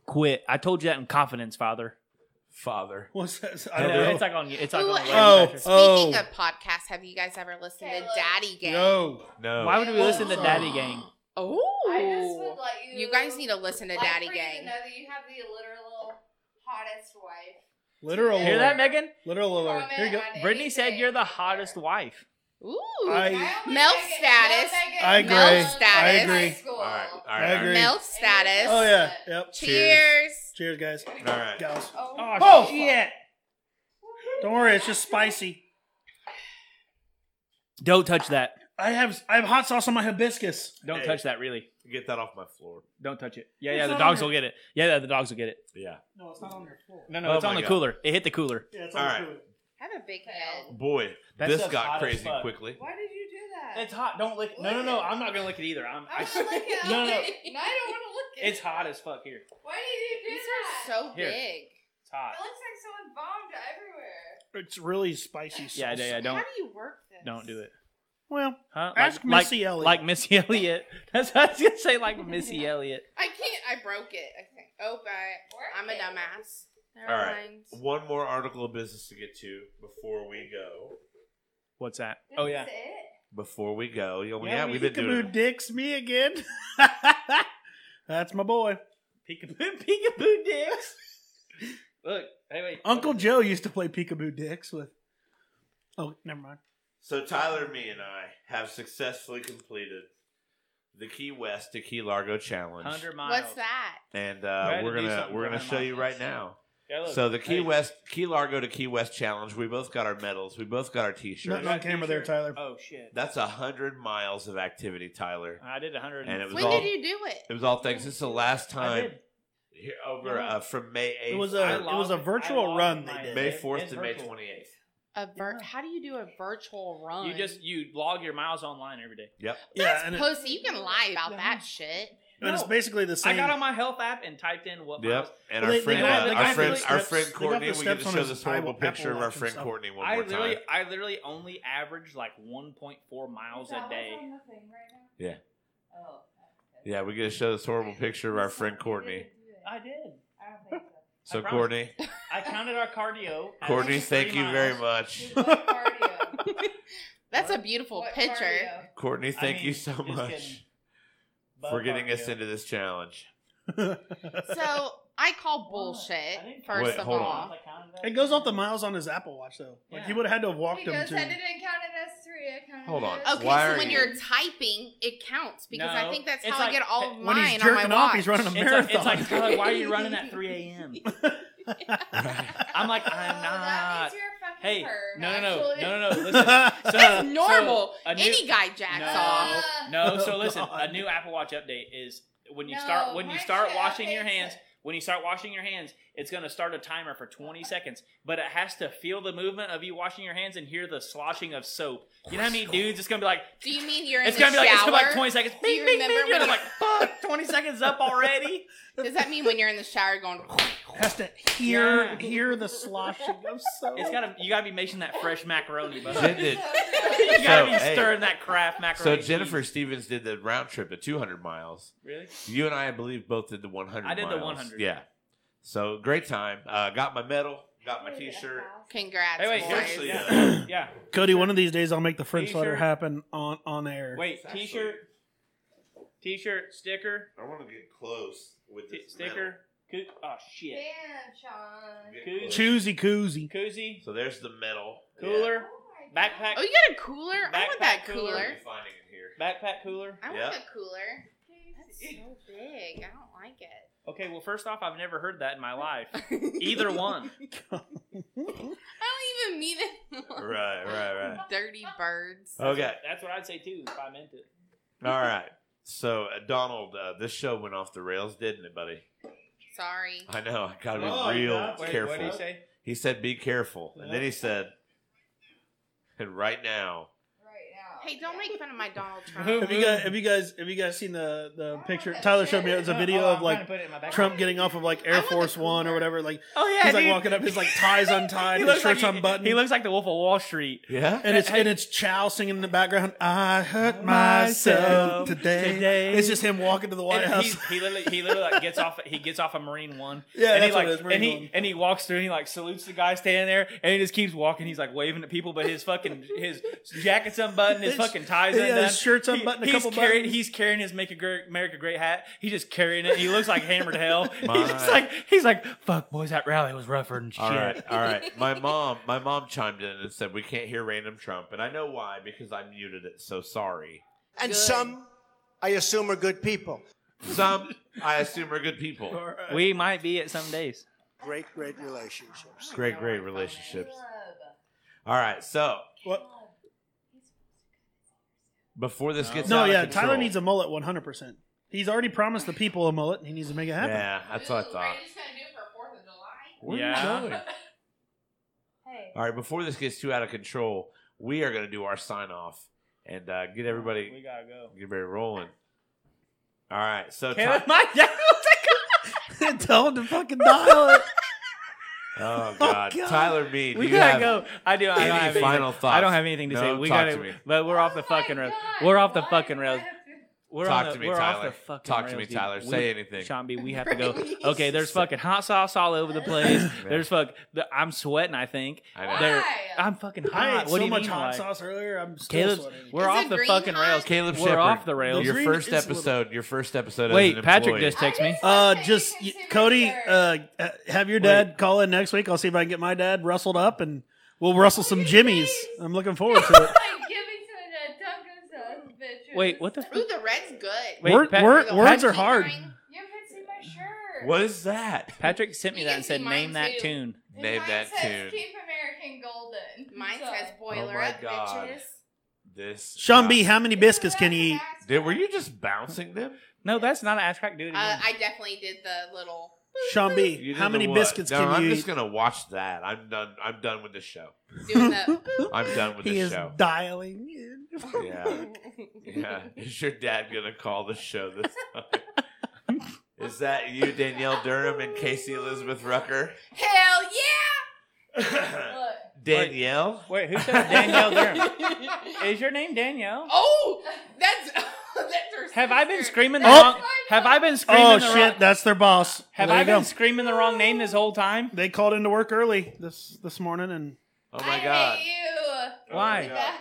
quit. I told you that in confidence, Father.
Father.
What's that? I
No,
don't know.
It's like on you. It's like
Ooh,
on the
Oh,
website.
oh.
Speaking of podcasts, have you guys ever listened to
Taylor.
Daddy Gang?
Yo,
No.
Why would we listen to
Oh.
Daddy Gang?
I just would
Oh.
let you.
You guys need to listen to
like,
Daddy
for you To
Gang.
know that you have the literal hottest wife.
literal
Hear
alert.
that, Megan?
literal alert. Here you go.
Comment on
Brittany said
anything.
you're the hottest wife.
Ooh.
I-
Mel status.
I agree. I
status.
agree.
All right, all right.
I agree.
Mel status.
Oh yeah. Yep.
Cheers.
Cheers, guys.
All right.
Gals.
Oh,
Oh, shit. Don't worry, it's just spicy.
Don't touch that.
I have I have hot sauce on my hibiscus.
Don't
Hey.
touch that, really.
Get that off my floor.
Don't touch it. Yeah,
It's
yeah, the
not
dogs
on
will get it. Yeah, yeah, the dogs will get it.
Yeah.
No, it's not on your floor.
No, no,
Oh
it's on
my
the
God.
cooler. It hit the cooler.
Yeah, it's
on All your right.
I have a big head.
Boy,
That
this
stuff's
got
hot as
crazy
fuck.
quickly.
Why did you do that?
hot. Don't lick.
No, no, no, I'm
not gonna lick it either. I'm.
I want to look at
No, no.
it. I don't want to look at it.
hot as fuck here.
Why did you do
These are
that?
so
Here.
big.
It's hot.
it looks like someone bombed everywhere.
It's really spicy. Sauce.
Yeah, yeah, yeah. Don't
How do you work this?
don't do it.
Well,
Huh?
ask
like,
Missy
like,
Elliott.
like Missy Elliott. That's what I was gonna say. Like Missy Elliott.
I can't. I broke it. I think. Oh, but
Work
I'm a
it.
dumbass. Never
All right.
mind.
One more article of business to get to before we go.
What's that?
This
Oh yeah.
Is it?
Before we go, yeah, well, yeah,
we
we've been doing.
Peekaboo dicks me again. That's my boy.
Peekaboo, peekaboo dicks. Look, hey, wait.
Uncle Joe used to play peekaboo dicks with. Oh, never mind.
So Tyler, me, and I have successfully completed the Key West to Key Largo challenge,
Hundred miles.
What's that?
and
We
uh,
had
we're
to do
gonna
something
we're
for
gonna
him
show
on
you
this.
right now.
Yeah, look.
So the Key
Hey.
West, Key Largo to Key West challenge. We both got our medals. We both got our
Nothing
T-shirts.
on camera there, Tyler.
Oh shit.
That's a hundred miles of activity, Tyler.
I did hundred.
And it was
When
all-
did you do
It
it?
was all thanks. This is the last
I
time
did.
here over uh, from May eighth.
It was
I
a it was a
logged- I
virtual
logged
run
my-
they did.
May
It's
fourth to May
virtual.
twenty eighth.
A vir- How do you do a virtual run?
You just you log your miles online every day.
Yep.
Yeah, and, it,
pussy. You can lie about that shit.
and it's
No.
basically the
I
same.
got on my health app and typed in what miles.
Yep. And
Well,
our
they- they
friend,
got- they
uh,
got
our
the
friend,
steps-
our
they
friend
got the
Courtney. We get
steps
to
on
show
his
this horrible
Apple-
picture of our
Apple Watch and
friend
stuff.
Courtney one
I
more
literally
time.
I literally only averaged like 1.4 miles
Is that
a day.
what's on the thing right now?
Yeah.
Oh. okay.
Yeah, we get to show this horrible picture of our friend
You
Courtney.
didn't do it.
I did.
I don't think so.
So
I promise.
Courtney,
I counted our cardio. at
Courtney,
least
thank
three
you very
miles.
much.
What cardio?
That's a
What?
beautiful
What
picture.
cardio?
Courtney,
I
thank you
mean,
so
just
much
kidding. Butt
for getting
cardio.
us into this challenge.
So I call
I didn't
bullshit.
count
First
Wait,
the
of
hold
all,
on.
miles. I counted that.
It goes off the miles on his Apple Watch though. Like
Yeah.
he would have had to have walked them
Because
to.
I didn't count it as three. I counted
Hold
it
on.
as
Okay,
Why
so
are
when
you-
you... are typing, it counts because I
No,
think that's
it's
how I
like-
get all of
when
mine
When he's
on my
jerking off,
watch.
he's running a
It's like,
marathon.
it's like Tyler, why are you running at 3 a.m.? I'm like,
Oh,
I'm
That
not.
means you're a fucking
Hey,
perv,
no, no, no,
actually.
no, no, no. Listen. So,
That's normal.
so a new-
Any guy jacks
No.
off.
No, so
Oh,
listen,
God.
a new Apple Watch update is when you
No,
start when you
mine
start
should
washing your
update
hands.
it.
When you start washing your hands, It's going to start a timer for 20 seconds, but it has to feel the movement of you washing your hands and hear the sloshing of soap. You know how many dudes it's going to be like,
Do you mean you're in
it's
the
going to be like, it's
shower?
going to be like 20 seconds.
Do you
Bing, bing,
remember
bing, and
when
I'm like, fuck, 20 seconds up already?
Does that mean when you're in the shower going?
Has to hear
Yeah.
hear the sloshing of soap.
It's got to, you got to be making that fresh macaroni, bud.
Jen did.
you got to
So,
be
hey.
stirring that craft
So
macaroni. and
Jennifer
cheese.
Stevens did the round trip, the 200 miles.
Really?
You and I, I believe, both did the 100.
I did the
miles.
100.
Yeah. So great time. Uh, got my medal. Got my T-shirt.
Congrats,
Hey, wait,
boys.
here's-
Actually,
yeah. yeah.
Cody, one of these days I'll make the French
T-shirt.
letter happen on on air.
Wait,
actually-
t-shirt, t-shirt, sticker,
I want to get close with
t-
this medal.
sticker. Coo- oh shit.
Damn, Sean.
Get
Coo-
close.
Choosy koozy.
Koozie,
So there's the medal.
cooler,
Oh my
backpack,
Oh, you got a cooler? I want
Backpack
that
cooler.
cooler.
Yeah. I'm finding it here.
backpack cooler.
I want
Yeah.
a cooler. That's
God.
so big. I don't like it.
Okay, well, first off, I've never heard that in my life. Either one.
I don't even mean it.
Right, right, right.
Dirty birds.
Okay.
That's what I'd say too if I meant it.
All right. So uh, Donald, uh, this show went off the rails, didn't it, buddy?
Sorry.
I know. I gotta be
Oh,
real
yeah.
Wait,
careful.
what did he say?
He said, "Be careful," and then he said, "And right now."
Right now.
Hey, don't make fun of my Donald
Have
Trump.
you guys have you guys have you guys seen the the picture? Tyler showed me it was a video
Oh, I'm trying
of like
to put it in my backpack.
Trump getting off of like
I
Air
want the
Force One or
cooler.
whatever. Like
Oh yeah,
he's like
dude.
walking up, his like ties untied,
He
his
looks like
shirt's
he-
unbuttoned.
He looks like the Wolf of Wall Street.
Yeah.
and it's
Hey.
and it's Chow singing in the background. I hurt myself
Myself
today.
today.
It's just him walking to the White
And
House.
he, he literally, he literally like gets off. He gets off a Marine One.
Yeah,
and he
that's what
like,
it is, Marine
and he
One.
and he walks through and he like salutes the guy standing there, and he just keeps walking. He's like waving at people, but his fucking his jacket's unbuttoned, his
His-
fucking ties
yeah, his
undone,
shirt's unbuttoned, a
he's
couple
carrying,
buttons.
He's carrying his "Make a Gre- America Great" hat. He's just carrying it. He looks like hammered hell.
My-
He's just like he's like fuck, boys. That rally was rougher than shit.
All right, all right. My mom, my mom chimed in and said we can't hear random Trump, and I know why because I muted it. So sorry.
And
Good.
some, I assume, are good people.
Some, I assume, are good people.
We might be at some days.
Great, great relationships.
Great, great relationships. All right, so
What?
before this gets
No,
out of
yeah,
control-
Tyler needs a mullet 100. percent He's already promised the people a mullet. and He needs to make it happen.
Yeah, that's what I
Ooh,
thought.
Brady's gonna do it for Fourth of July.
What are you
Yeah.
doing?
Hey.
All right, before this gets too out of control, we are going to do our sign off and uh, get everybody
we gotta go.
get everybody rolling. All right, so
Kevin,
Ty-
my dad looks like
Tell him to fucking dial it.
oh god,
God.
Tyler Mead, do
We
you
gotta
have
go. I do. I don't
any
have anything.
final thoughts?
I don't have anything to
No,
say. We
talk
gotta.
to me.
But we're off the
Oh
fucking
my
rails.
God,
We're off the
why
fucking
do I
rails.
have to-
We're
Talk
on the,
to me,
we're off
Tyler.
the fucking
Talk to
rails,
me,
dude.
Tyler.
We-
Say anything.
Sean B, we have to go. Okay, there's fucking hot sauce all over the place. There's fuck. The, I'm sweating. I think
I know.
Why?
They're- I'm fucking hot.
I ate
what do
so
you
much
mean,
hot
like?
sauce earlier. I'm still
Caleb's,
sweating.
we're
Is
off
it
the
green
fucking
hot?
rails.
Caleb
we're
Shepherd.
off the rails.
Your
green
first
is little.
episode. Your first episode. as
Wait,
an
Patrick
employee.
just text me.
Uh,
Okay,
just
you can
y-
see
Cody,
my
uh,
shirt.
uh, have your dad call in next week. I'll see if I can get my dad rustled up, and we'll rustle some jimmies. I'm looking forward to it.
I'm giving some of that Dunkin' sauce, bitches.
Wait, what the?
Ooh,
F-
the red's good.
Wait,
Word-
Pat-
word-
The
words
white
are hard.
wine.
You can see my shirt.
What is that?
Patrick sent me
You
that
can
and said,
see mine
"Name that
too.
tune."
And
Name
mine
that
says,
tune.
Keep American Golden.
Mine
So-
says boiler
my
up,
God.
bitches.
This
Sean
guy-
B, how many biscuits can
E.
you eat?
Dude, were you just bouncing them?
No, that's not an ass crack. Do it
Uh,
again.
I definitely did the little.
Sean
You
B,
did
how
the
many
what?
biscuits
no,
can
I'm
you
just
eat?
gonna watch that. I'm done. I'm done with this show.
Doing the.
I'm done with
He
this
is
show.
dialing. in.
Yeah. Yeah. Is your dad gonna call the show this time? Is that you, Danielle Durham and Casey Elizabeth Rucker?
Hell yeah!
Look.
Danielle?
Wait, who said Danielle Durham? Is your name Danielle?
Oh, that's that's her.
Have I been
sister.
screaming the
Oh.
wrong? Have I been screaming
Oh
the
shit,
wrong?
that's their boss.
Have
there
I
you go.
been screaming the wrong name this whole time?
They called into work early this this morning, and
Oh my
I
god.
hate you.
Why?
Oh my God.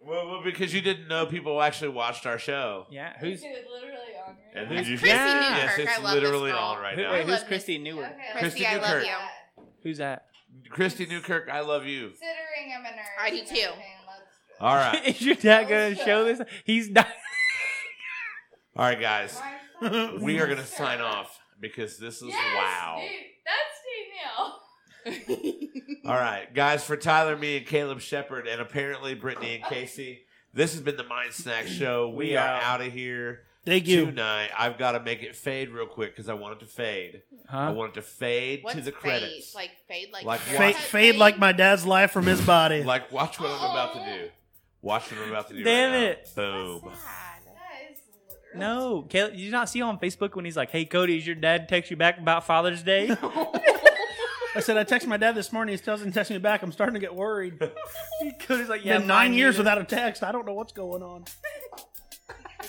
Well, well, because you didn't know people actually watched our show.
Yeah,
Who's
who's
literally on me.
And
That's
you-
Chrissy
Yeah.
Yes,
Newkirk.
it's
I love
literally
this girl.
on right
who,
now.
wait, who's
love
Christy Newer?
Christy, I love
Christy
you.
Who's that?
Christy Newkirk, I love you.
Considering I'm a nurse.
I do
and
too.
everything, let's-
All right.
Is your dad gonna show this? He's not.
All right, guys.
My fucking
We are going to
sister.
sign off because this is
Yes,
wow.
Dude, that's Danielle.
All right, guys, for Tyler, me, and Caleb Shepard, and apparently Brittany and Casey, this has been the Mind Snack Show. We,
We
are
out.
out of here.
Thank you.
tonight. I've got to make it fade real quick because I want it to fade. I
Huh?
want it to fade
What's
to the
fade?
credits,
Like fade, like
Like
haircut
Fade, fade like my dad's life from his body.
Like, watch what I'm about to do. Watch what I'm about to do.
Damn
right now.
it.
That's
Boom.
sad.
That is literal.
No, Caleb, you did not see on Facebook when he's like, "Hey Cody, is your dad text you back about Father's Day?"
I said I texted my dad this morning. He still doesn't text me back. I'm starting to get worried.
Cody's like,
Been nine years without a text. I don't know what's going on.